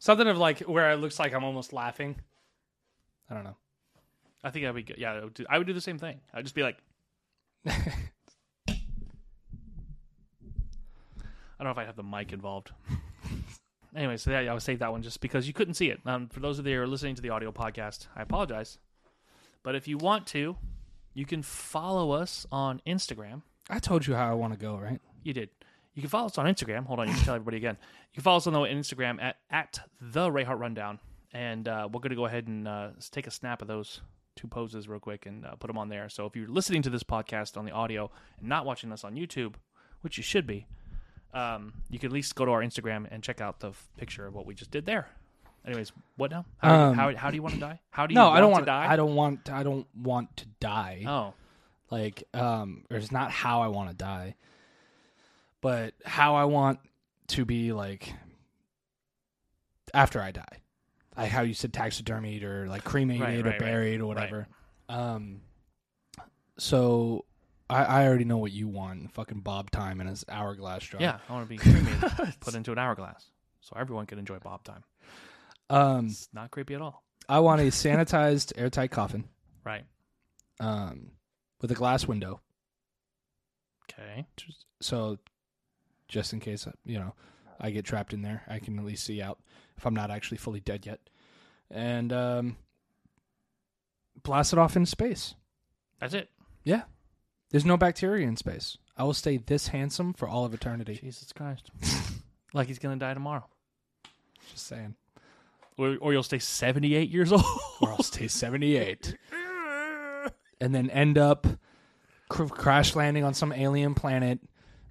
Speaker 2: Something of like where it looks like I'm almost laughing. I don't know.
Speaker 1: I think I'd be good. Yeah, I would do, I would do the same thing. I'd just be like, I don't know if I'd have the mic involved. anyway, so yeah, I would save that one just because you couldn't see it. Um, for those of you who are listening to the audio podcast, I apologize. But if you want to, you can follow us on Instagram.
Speaker 2: I told you how I want to go, right?
Speaker 1: You did. You can follow us on Instagram. Hold on, you can tell everybody again. You can follow us on the Instagram at at the Rayhart Rundown, and uh, we're going to go ahead and uh, s- take a snap of those two poses real quick and uh, put them on there. So if you're listening to this podcast on the audio and not watching us on YouTube, which you should be, um, you can at least go to our Instagram and check out the f- picture of what we just did there. Anyways, what now? How, do you-
Speaker 2: Um,
Speaker 1: how, how do you want to die? How do you
Speaker 2: No,
Speaker 1: want
Speaker 2: I don't
Speaker 1: to
Speaker 2: want.
Speaker 1: die?
Speaker 2: I don't want. I don't want to die.
Speaker 1: Oh,
Speaker 2: Like, um, or it's not how I want to die, but how I want to be like after I die, like how you said taxidermied or like cremated
Speaker 1: Right,
Speaker 2: or
Speaker 1: right, right.
Speaker 2: buried or whatever. Um, so I, I already know what you want. Fucking Bob time in his hourglass jar.
Speaker 1: yeah, I want to be cremated, put into an hourglass, so everyone can enjoy Bob time.
Speaker 2: Um,
Speaker 1: It's not creepy at all,
Speaker 2: I want a sanitized, airtight coffin.
Speaker 1: right?
Speaker 2: Um, with a glass window.
Speaker 1: Okay.
Speaker 2: so just in case uh, you know I get trapped in there, I can at least see out if I'm not actually fully dead yet, and um, blast it off into space.
Speaker 1: That's it.
Speaker 2: Yeah. There's no bacteria in space. I will stay this handsome for all of eternity.
Speaker 1: Jesus Christ. like he's going to die tomorrow.
Speaker 2: Just saying.
Speaker 1: Or, or you'll stay 78 years old.
Speaker 2: Or I'll stay 78. and then end up cr- crash landing on some alien planet.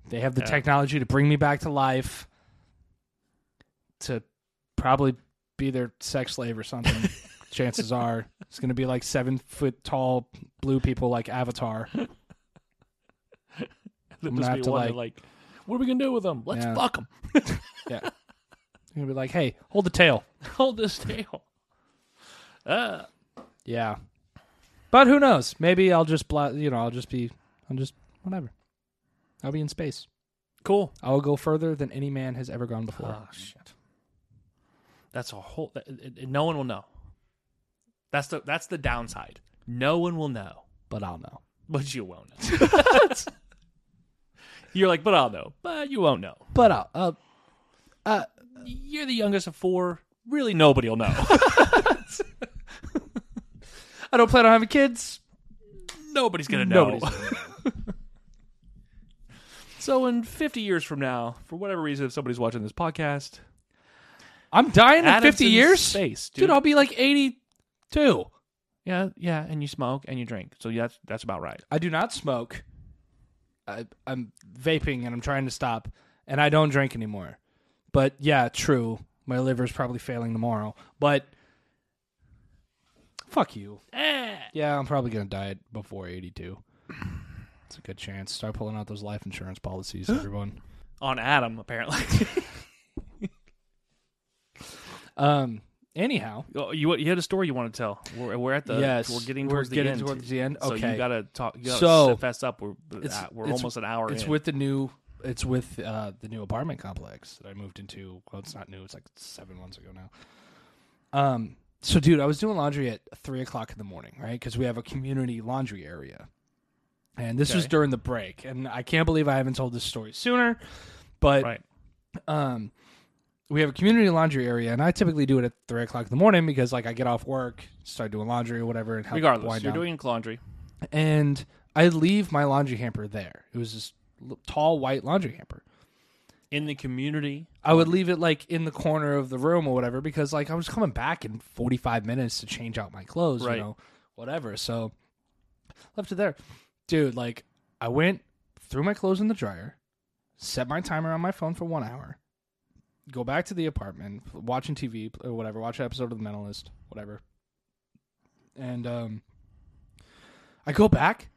Speaker 2: They have the
Speaker 1: Yeah.
Speaker 2: technology to bring me back to life to probably be their sex slave or something. Chances are it's going to be like seven foot tall blue people like Avatar.
Speaker 1: There'll
Speaker 2: I'm
Speaker 1: just
Speaker 2: gonna
Speaker 1: be
Speaker 2: have to,
Speaker 1: one that, like, what are we going to do with him? Let's
Speaker 2: Yeah.
Speaker 1: fuck him.
Speaker 2: You're going to be like, hey, hold the tail.
Speaker 1: Hold this tail. Uh,
Speaker 2: Yeah. But who knows? Maybe I'll just, bla- you know, I'll just be, I'll just, whatever. I'll be in space.
Speaker 1: cool.
Speaker 2: I will go further than any man has ever gone before.
Speaker 1: Oh, shit. That's a whole. that- it- it- no one will know. That's the that's the downside. No one will know,
Speaker 2: but I'll know.
Speaker 1: but you won't know. You're like, but I'll know, but you won't know.
Speaker 2: But I'll, uh,
Speaker 1: You're the youngest of four. Really, nobody will know.
Speaker 2: I don't plan on having kids.
Speaker 1: Nobody's gonna know.
Speaker 2: Nobody's gonna
Speaker 1: so in 50 years from now, for whatever reason, if somebody's watching this podcast,
Speaker 2: I'm dying in 50 years?
Speaker 1: space,
Speaker 2: dude.
Speaker 1: dude.
Speaker 2: I'll be like 82.
Speaker 1: yeah, yeah, and you smoke and you drink, so that's that's about right.
Speaker 2: I do not smoke. I, I'm vaping and I'm trying to stop, and I don't drink anymore. But yeah, true. My liver's probably failing tomorrow. But fuck you. Yeah, I'm probably going to die before 82. It's a good chance. Start pulling out those life insurance policies, everyone.
Speaker 1: On Adam, apparently.
Speaker 2: Um. Anyhow,
Speaker 1: Oh, you you had a story you want to tell. We're, we're at the
Speaker 2: Yes,
Speaker 1: we're getting
Speaker 2: we're
Speaker 1: towards
Speaker 2: getting
Speaker 1: the end.
Speaker 2: towards the end.
Speaker 1: So
Speaker 2: Okay.
Speaker 1: you gotta talk. You gotta
Speaker 2: So,
Speaker 1: sit- fess up. We're
Speaker 2: it's-
Speaker 1: uh, we're
Speaker 2: it's-
Speaker 1: almost an hour.
Speaker 2: it's
Speaker 1: in.
Speaker 2: with the new. It's with uh, the new apartment complex that I moved into. Well, it's not new. It's like seven months ago now. Um. So, dude, I was doing laundry at three o'clock in the morning, right? Because we have a community laundry area, and this was
Speaker 1: Okay.
Speaker 2: during the break. And I can't believe I haven't told this story sooner. But
Speaker 1: right.
Speaker 2: um, we have a community laundry area, and I typically do it at three o'clock in the morning because, like, I get off work, start doing laundry or whatever, and help
Speaker 1: Regardless,
Speaker 2: wind
Speaker 1: you're
Speaker 2: down
Speaker 1: doing laundry.
Speaker 2: and I leave my laundry hamper there. It was this l- tall white laundry hamper.
Speaker 1: in the community.
Speaker 2: I would leave it like in the corner of the room or whatever because like I was coming back in 45 minutes to change out my clothes,
Speaker 1: Right.
Speaker 2: you know, whatever. So left it there. Dude, like I went threw my clothes in the dryer, set my timer on my phone for 1 hour. Go back to the apartment, watching TV or whatever, watch an episode of The Mentalist, whatever. And um I go back,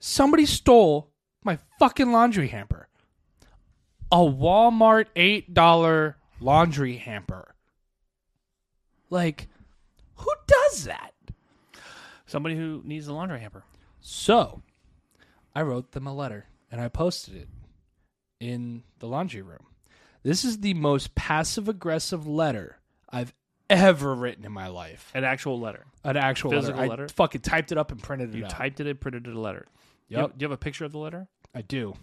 Speaker 2: somebody stole my fucking laundry hamper a Walmart eight dollar laundry hamper. Like, who does that?
Speaker 1: Somebody who needs a laundry hamper.
Speaker 2: So, I wrote them a letter and I posted it in the laundry room. This is the most passive aggressive letter I've ever written in my life.
Speaker 1: An actual letter.
Speaker 2: An actual
Speaker 1: Physical
Speaker 2: letter.
Speaker 1: letter?
Speaker 2: I fucking typed it up and printed it
Speaker 1: You
Speaker 2: out.
Speaker 1: typed it and printed it a letter. Do you-
Speaker 2: Yep.
Speaker 1: Do you have a picture of the letter?
Speaker 2: I do.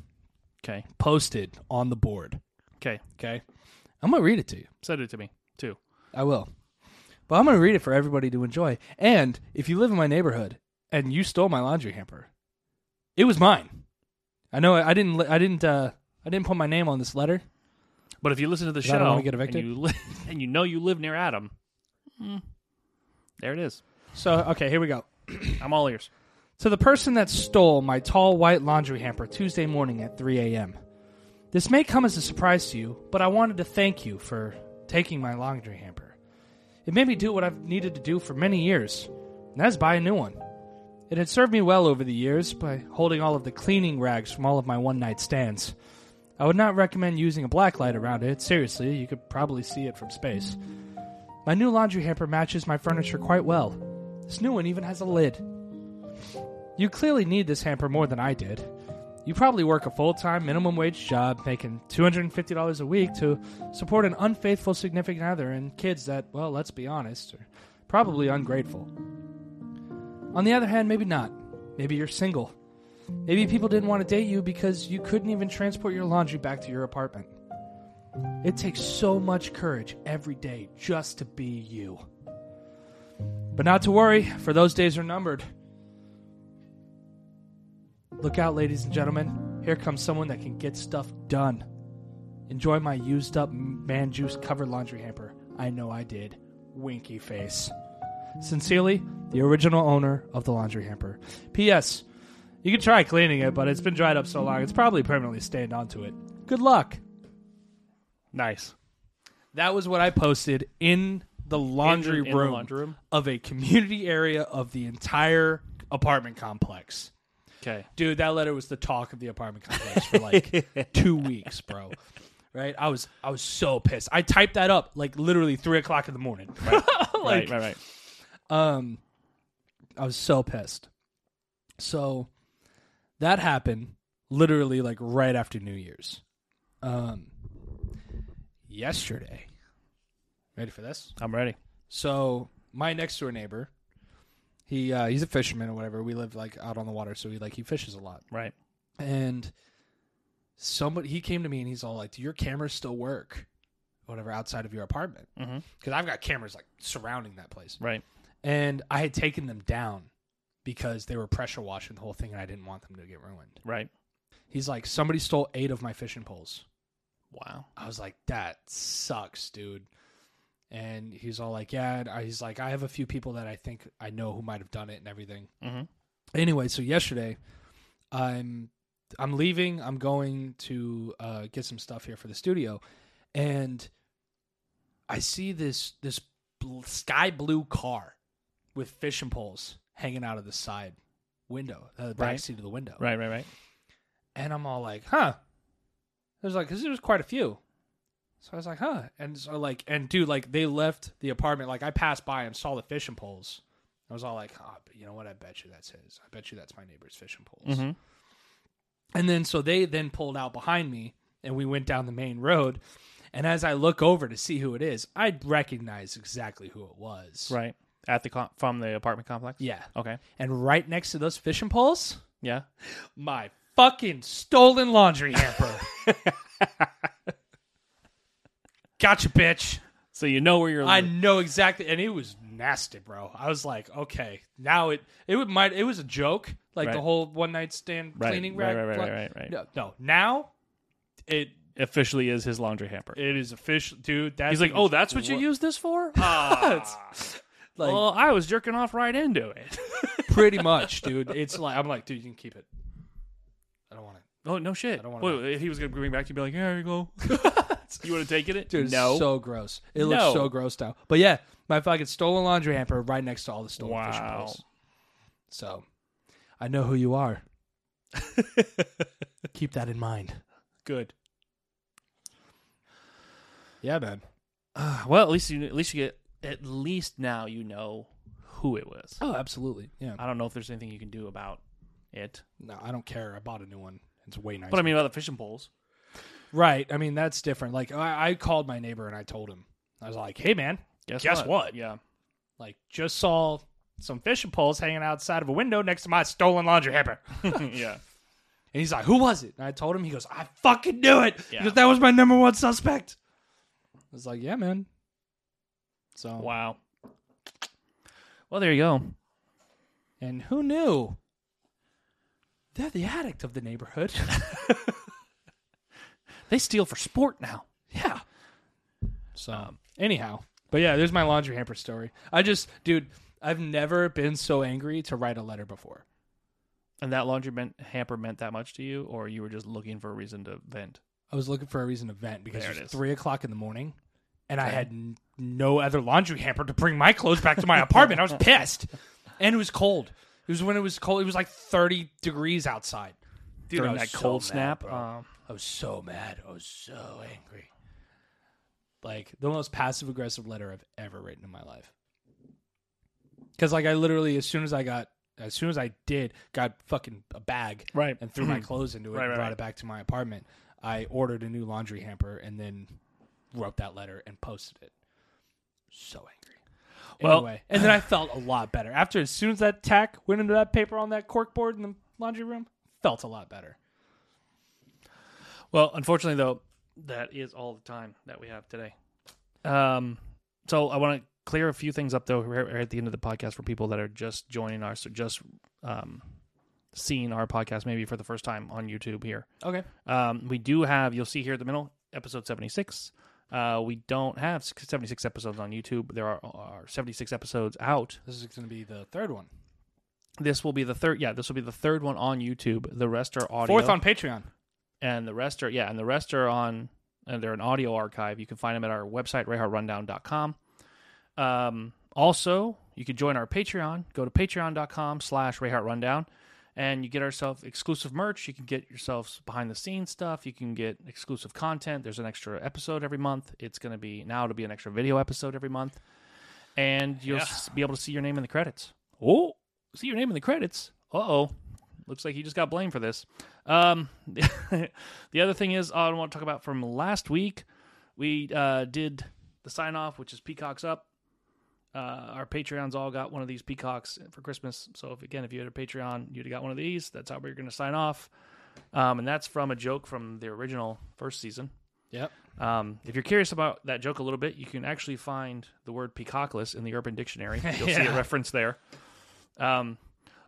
Speaker 1: Okay.
Speaker 2: Posted on the board.
Speaker 1: Okay.
Speaker 2: Okay. I'm gonna read it to you.
Speaker 1: Send it to me too.
Speaker 2: I will. But I'm going to read it for everybody to enjoy. And if you live in my neighborhood and you stole my laundry hamper, it was mine. I know I I didn't li- I didn't uh I didn't put my name on this letter.
Speaker 1: But if you listen to the
Speaker 2: Is that I
Speaker 1: show
Speaker 2: don't wanna get evicted?
Speaker 1: And, you li- and you know you live near Adam, mm, there it is.
Speaker 2: So, okay, here we go.
Speaker 1: I'm all ears.
Speaker 2: To the person that stole my tall white laundry hamper Tuesday morning at 3 a.m. This may come as a surprise to you, but I wanted to thank you for taking my laundry hamper. It made me do what I've needed to do for many years, and that's buy a new one. It had served me well over the years by holding all of the cleaning rags from all of my one night stands. I would not recommend using a black light around it, seriously, you could probably see it from space. My new laundry hamper matches my furniture quite well. This new one even has a lid. You clearly need this hamper more than I did. You probably work a full time, minimum wage job, making $250 a week to support an unfaithful significant other and kids that, well, let's be honest, are probably ungrateful. On the other hand, maybe not. Maybe you're single. Maybe people didn't want to date you because you couldn't even transport your laundry back to your apartment. It takes so much courage every day just to be you. But not to worry, for those days are numbered. Look out, ladies and gentlemen. Here comes someone that can get stuff done. Enjoy my used up man juice covered laundry hamper. I know I did. Winky face. Sincerely, the original owner of the laundry hamper. P.S. You can try cleaning it, but it's been dried up so long, it's probably permanently stained onto it. Good luck.
Speaker 1: Nice.
Speaker 2: That was what I posted in the laundry,
Speaker 1: in the
Speaker 2: room,
Speaker 1: laundry room?
Speaker 2: of a community area of the entire apartment complex.
Speaker 1: Okay.
Speaker 2: Dude, that letter was the talk of the apartment complex for like two weeks, bro. Right? I was I was so pissed. I typed that up like literally three o'clock in the morning.
Speaker 1: right, right, right.
Speaker 2: Um, I was so pissed. So that happened literally like right after New Year's. Um, yesterday. Ready for this?
Speaker 1: I'm ready.
Speaker 2: So my next door neighbor, he uh, he's a fisherman or whatever. We live like out on the water, so he like he fishes a lot
Speaker 1: Right.
Speaker 2: and somebody he came to me and he's all like, "Do your cameras still work?" Whatever outside of your apartment, because
Speaker 1: Mhm.
Speaker 2: I've got cameras like surrounding that place,
Speaker 1: Right.
Speaker 2: and I had taken them down because they were pressure washing the whole thing, and I didn't want them to get ruined.
Speaker 1: Right.
Speaker 2: He's like, "Somebody stole eight of my fishing poles."
Speaker 1: Wow.
Speaker 2: I was like, "That sucks, dude." And he's all like, "Yeah." And I- he's like, "I have a few people that I think I know who might have done it and everything."
Speaker 1: Mm-hmm.
Speaker 2: anyway so yesterday i'm i'm leaving i'm going to uh, get some stuff here for the studio and i see this this bl- sky blue car with fishing poles hanging out of the side window uh, the back
Speaker 1: Right.
Speaker 2: seat of the window
Speaker 1: Right. Right. Right.
Speaker 2: and i'm all like huh there's like because there's quite a few so i was like huh and so like and dude like they left the apartment like i passed by and saw the fishing poles i was all like oh, but you know what i bet you that's his i bet you that's my neighbor's fishing poles
Speaker 1: Mhm.
Speaker 2: and then so they then pulled out behind me and we went down the main road. And as I look over to see who it is, I recognize exactly who it was.
Speaker 1: Right. At the com- from the apartment complex.
Speaker 2: Yeah.
Speaker 1: Okay.
Speaker 2: And right next to those fishing poles,
Speaker 1: Yeah.
Speaker 2: my fucking stolen laundry hamper. gotcha, bitch.
Speaker 1: So you know where you're.
Speaker 2: I know exactly, and it was nasty, bro. I was like, okay, now it it would might it was a joke, like the
Speaker 1: Right.
Speaker 2: whole one night stand
Speaker 1: Right,
Speaker 2: cleaning
Speaker 1: right,
Speaker 2: rag.
Speaker 1: right, right,
Speaker 2: blah-
Speaker 1: right, right.
Speaker 2: No, no, now it
Speaker 1: officially is his laundry hamper.
Speaker 2: it is official, dude. That
Speaker 1: He's like,
Speaker 2: thing
Speaker 1: oh,
Speaker 2: is
Speaker 1: that's what you
Speaker 2: gro-
Speaker 1: use this for?
Speaker 2: It's- like
Speaker 1: well, I was jerking off right into it.
Speaker 2: pretty much, dude. It's like I'm like, dude, you can keep it. I don't want it,
Speaker 1: oh no, shit.
Speaker 2: don't wanna
Speaker 1: Wait, he was gonna bring it back to you, and be like, here you go. you would have taken it?
Speaker 2: dude. it's
Speaker 1: no.
Speaker 2: so gross. It looks
Speaker 1: No.
Speaker 2: so gross now. But yeah, my fucking stolen laundry hamper right next to all the stolen fish
Speaker 1: Wow.
Speaker 2: poles. So, I know who you are. keep that in mind.
Speaker 1: good.
Speaker 2: Yeah, man.
Speaker 1: Uh, well, at least you at least you get at least now you know who it was.
Speaker 2: Oh, absolutely. Yeah.
Speaker 1: I don't know if there's anything you can do about it,
Speaker 2: No, I don't care. I bought a new one. It's way nicer.
Speaker 1: but I mean about the fishing poles.
Speaker 2: right. I mean, that's different. Like, I, I called my neighbor and I told him. I was like, hey, man, Guess what?
Speaker 1: Yeah.
Speaker 2: like, just saw some fishing poles hanging outside of a window next to my stolen laundry hamper. and
Speaker 1: yeah.
Speaker 2: he's like, who was it? And I told him. He goes, I fucking knew it.
Speaker 1: Yeah.
Speaker 2: He goes, that was my number one suspect. I was like, yeah, man. So,
Speaker 1: Wow. Well, there you go.
Speaker 2: and who knew? They're the addict of the neighborhood.
Speaker 1: They steal for sport now.
Speaker 2: Yeah. So anyhow, but yeah, there's my laundry hamper story. I just, dude, I've never been so angry to write a letter before.
Speaker 1: And that laundry meant, hamper meant that much to you, or you were just looking for a reason to vent?
Speaker 2: I was looking for a reason to vent because
Speaker 1: There
Speaker 2: it's
Speaker 1: it is.
Speaker 2: three o'clock in the morning, and I had n- no other laundry hamper to bring my clothes back to my apartment. I was pissed, and it was cold. It was when it was cold. It was like thirty degrees outside. Dude,
Speaker 1: During that cold snap. um,
Speaker 2: I was so mad. I was so angry. Like the most passive aggressive letter I've ever written in my life. Cause like I literally as soon as I got as soon as I did got fucking a bag
Speaker 1: Right.
Speaker 2: and threw my clothes into it
Speaker 1: Right,
Speaker 2: and
Speaker 1: right,
Speaker 2: brought
Speaker 1: right.
Speaker 2: it back to my apartment, I ordered a new laundry hamper and then wrote that letter and posted it. So angry.
Speaker 1: Well-
Speaker 2: anyway, and then I felt a lot better. After as soon as that tack went into that paper on that cork board in the laundry room, felt a lot better.
Speaker 1: Well, unfortunately, though, that is all the time that we have today. Um, so I want to clear a few things up, though, right, right at the end of the podcast for people that are just joining us or just um, seen our podcast maybe for the first time on YouTube here.
Speaker 2: Okay.
Speaker 1: Um, we do have, you'll see here at the middle, episode 76. Uh, we don't have 76 episodes on YouTube. There are, are 76 episodes out.
Speaker 2: This is going to be the third one.
Speaker 1: This will be the third, yeah, this will be the third one on YouTube. The rest are audio.
Speaker 2: Fourth on Patreon.
Speaker 1: and the rest are yeah, and the rest are on and they're an audio archive. You can find them at our website rayhartrundown.com. Um, also, you can join our Patreon. Go to patreon.com slash rayhartrundown and you get ourselves exclusive merch. You can get yourselves behind the scenes stuff. You can get exclusive content. There's an extra episode every month. It's going to be now to be an extra video episode every month. And you'll
Speaker 2: Yeah.
Speaker 1: s- be able to see your name in the credits. Oh, see your name in the credits. Uh oh. Looks like you just got blamed for this. Um, the other thing is, I want to talk about from last week. We uh, did the sign off, which is Peacocks Up. Uh, our Patreons all got one of these peacocks for Christmas. So, if again, if you had a Patreon, you'd have got one of these. That's how we're going to sign off. Um, and that's from a joke from the original first season.
Speaker 2: Yep.
Speaker 1: Um, if you're curious about that joke a little bit, you can actually find the word peacockless in the Urban Dictionary. You'll see it
Speaker 2: Yeah.
Speaker 1: referenced there. Um,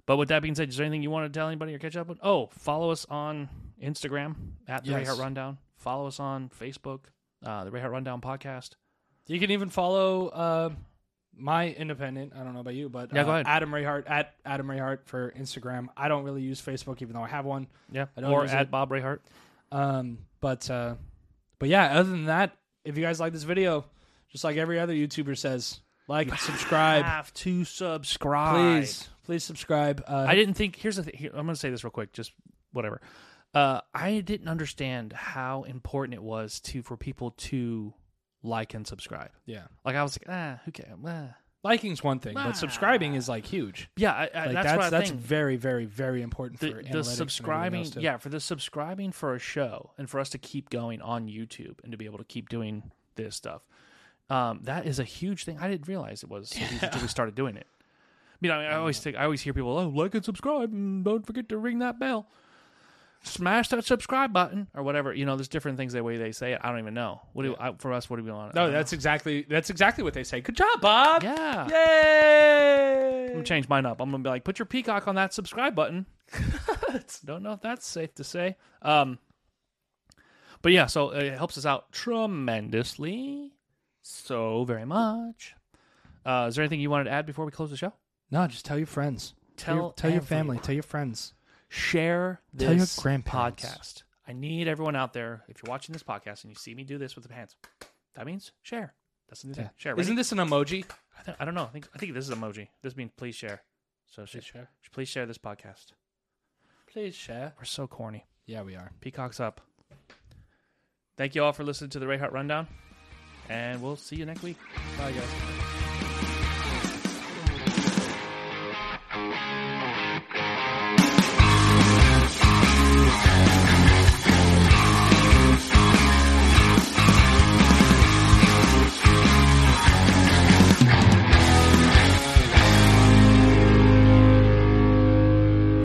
Speaker 1: but with that being said, is there anything you want to tell anybody or catch up with? Oh, follow us on Instagram at the Ray
Speaker 2: Yes.
Speaker 1: Hart Rundown. Follow us on Facebook, uh, the Ray Hart Rundown podcast.
Speaker 2: You can even follow uh, my independent. I don't know about you, but
Speaker 1: Yeah,
Speaker 2: uh,
Speaker 1: go ahead.
Speaker 2: Adam Rayhart at Adam Rayhart for Instagram. I don't really use Facebook, even though I have one.
Speaker 1: Yeah,
Speaker 2: I don't
Speaker 1: or
Speaker 2: use
Speaker 1: at
Speaker 2: it.
Speaker 1: Bob Rayhart.
Speaker 2: Um, but uh, but yeah, other than that, if you guys like this video, just like every other YouTuber says, like and subscribe.
Speaker 1: Have to subscribe,
Speaker 2: Please, please subscribe. Uh,
Speaker 1: I didn't think. Here's the thing. Here, I'm going to say this real quick. Just whatever. Uh, I didn't understand how important it was to for people to like and subscribe.
Speaker 2: yeah,
Speaker 1: Like I was like, ah, who cares? Ah.
Speaker 2: liking's one thing,
Speaker 1: Ah.
Speaker 2: but subscribing is like huge.
Speaker 1: Yeah, I, I, that's,
Speaker 2: Like that's
Speaker 1: what I
Speaker 2: that's
Speaker 1: think.
Speaker 2: very very very important for
Speaker 1: The,
Speaker 2: analytics and
Speaker 1: the
Speaker 2: everything
Speaker 1: subscribing,
Speaker 2: else, too.
Speaker 1: yeah, for the subscribing for a show and for us to keep going on YouTube and to be able to keep doing this stuff, um, that is a huge thing. I didn't realize it was so huge until we started doing it. You know, I, mean, I always think I always hear people, oh, like and subscribe, and don't forget to ring that bell, smash that subscribe button or whatever. You know, there's different things the way they say it. I don't even know. What do I, for us? What do we want? I
Speaker 2: No,
Speaker 1: don't
Speaker 2: that's exactly that's exactly what they say. Good job, Bob.
Speaker 1: know. yeah.
Speaker 2: Yay!
Speaker 1: I'm gonna change mine up. I'm gonna be like, put your peacock on that subscribe button. Don't know if that's safe to say. Um, but yeah, so it helps us out tremendously, so very much. Uh, is there anything you wanted to add before we close the show?
Speaker 2: No, just tell your friends.
Speaker 1: Tell
Speaker 2: your, tell your family.
Speaker 1: everyone.
Speaker 2: Tell your friends.
Speaker 1: Share this
Speaker 2: Tell your grandparents.
Speaker 1: podcast. I need everyone out there. If you're watching this podcast and you see me do this with the hands, that means share. That's the new thing. Share.
Speaker 2: Isn't
Speaker 1: Ready?
Speaker 2: this an emoji?
Speaker 1: I, th- I don't know. I think I think this is emoji. This means please share. So sh-
Speaker 2: share.
Speaker 1: please share this podcast.
Speaker 2: Please share.
Speaker 1: We're so corny.
Speaker 2: Yeah, we are.
Speaker 1: Peacock's up. Thank you all for listening to the Ray Hart Rundown, and we'll see you next week.
Speaker 2: Bye, guys.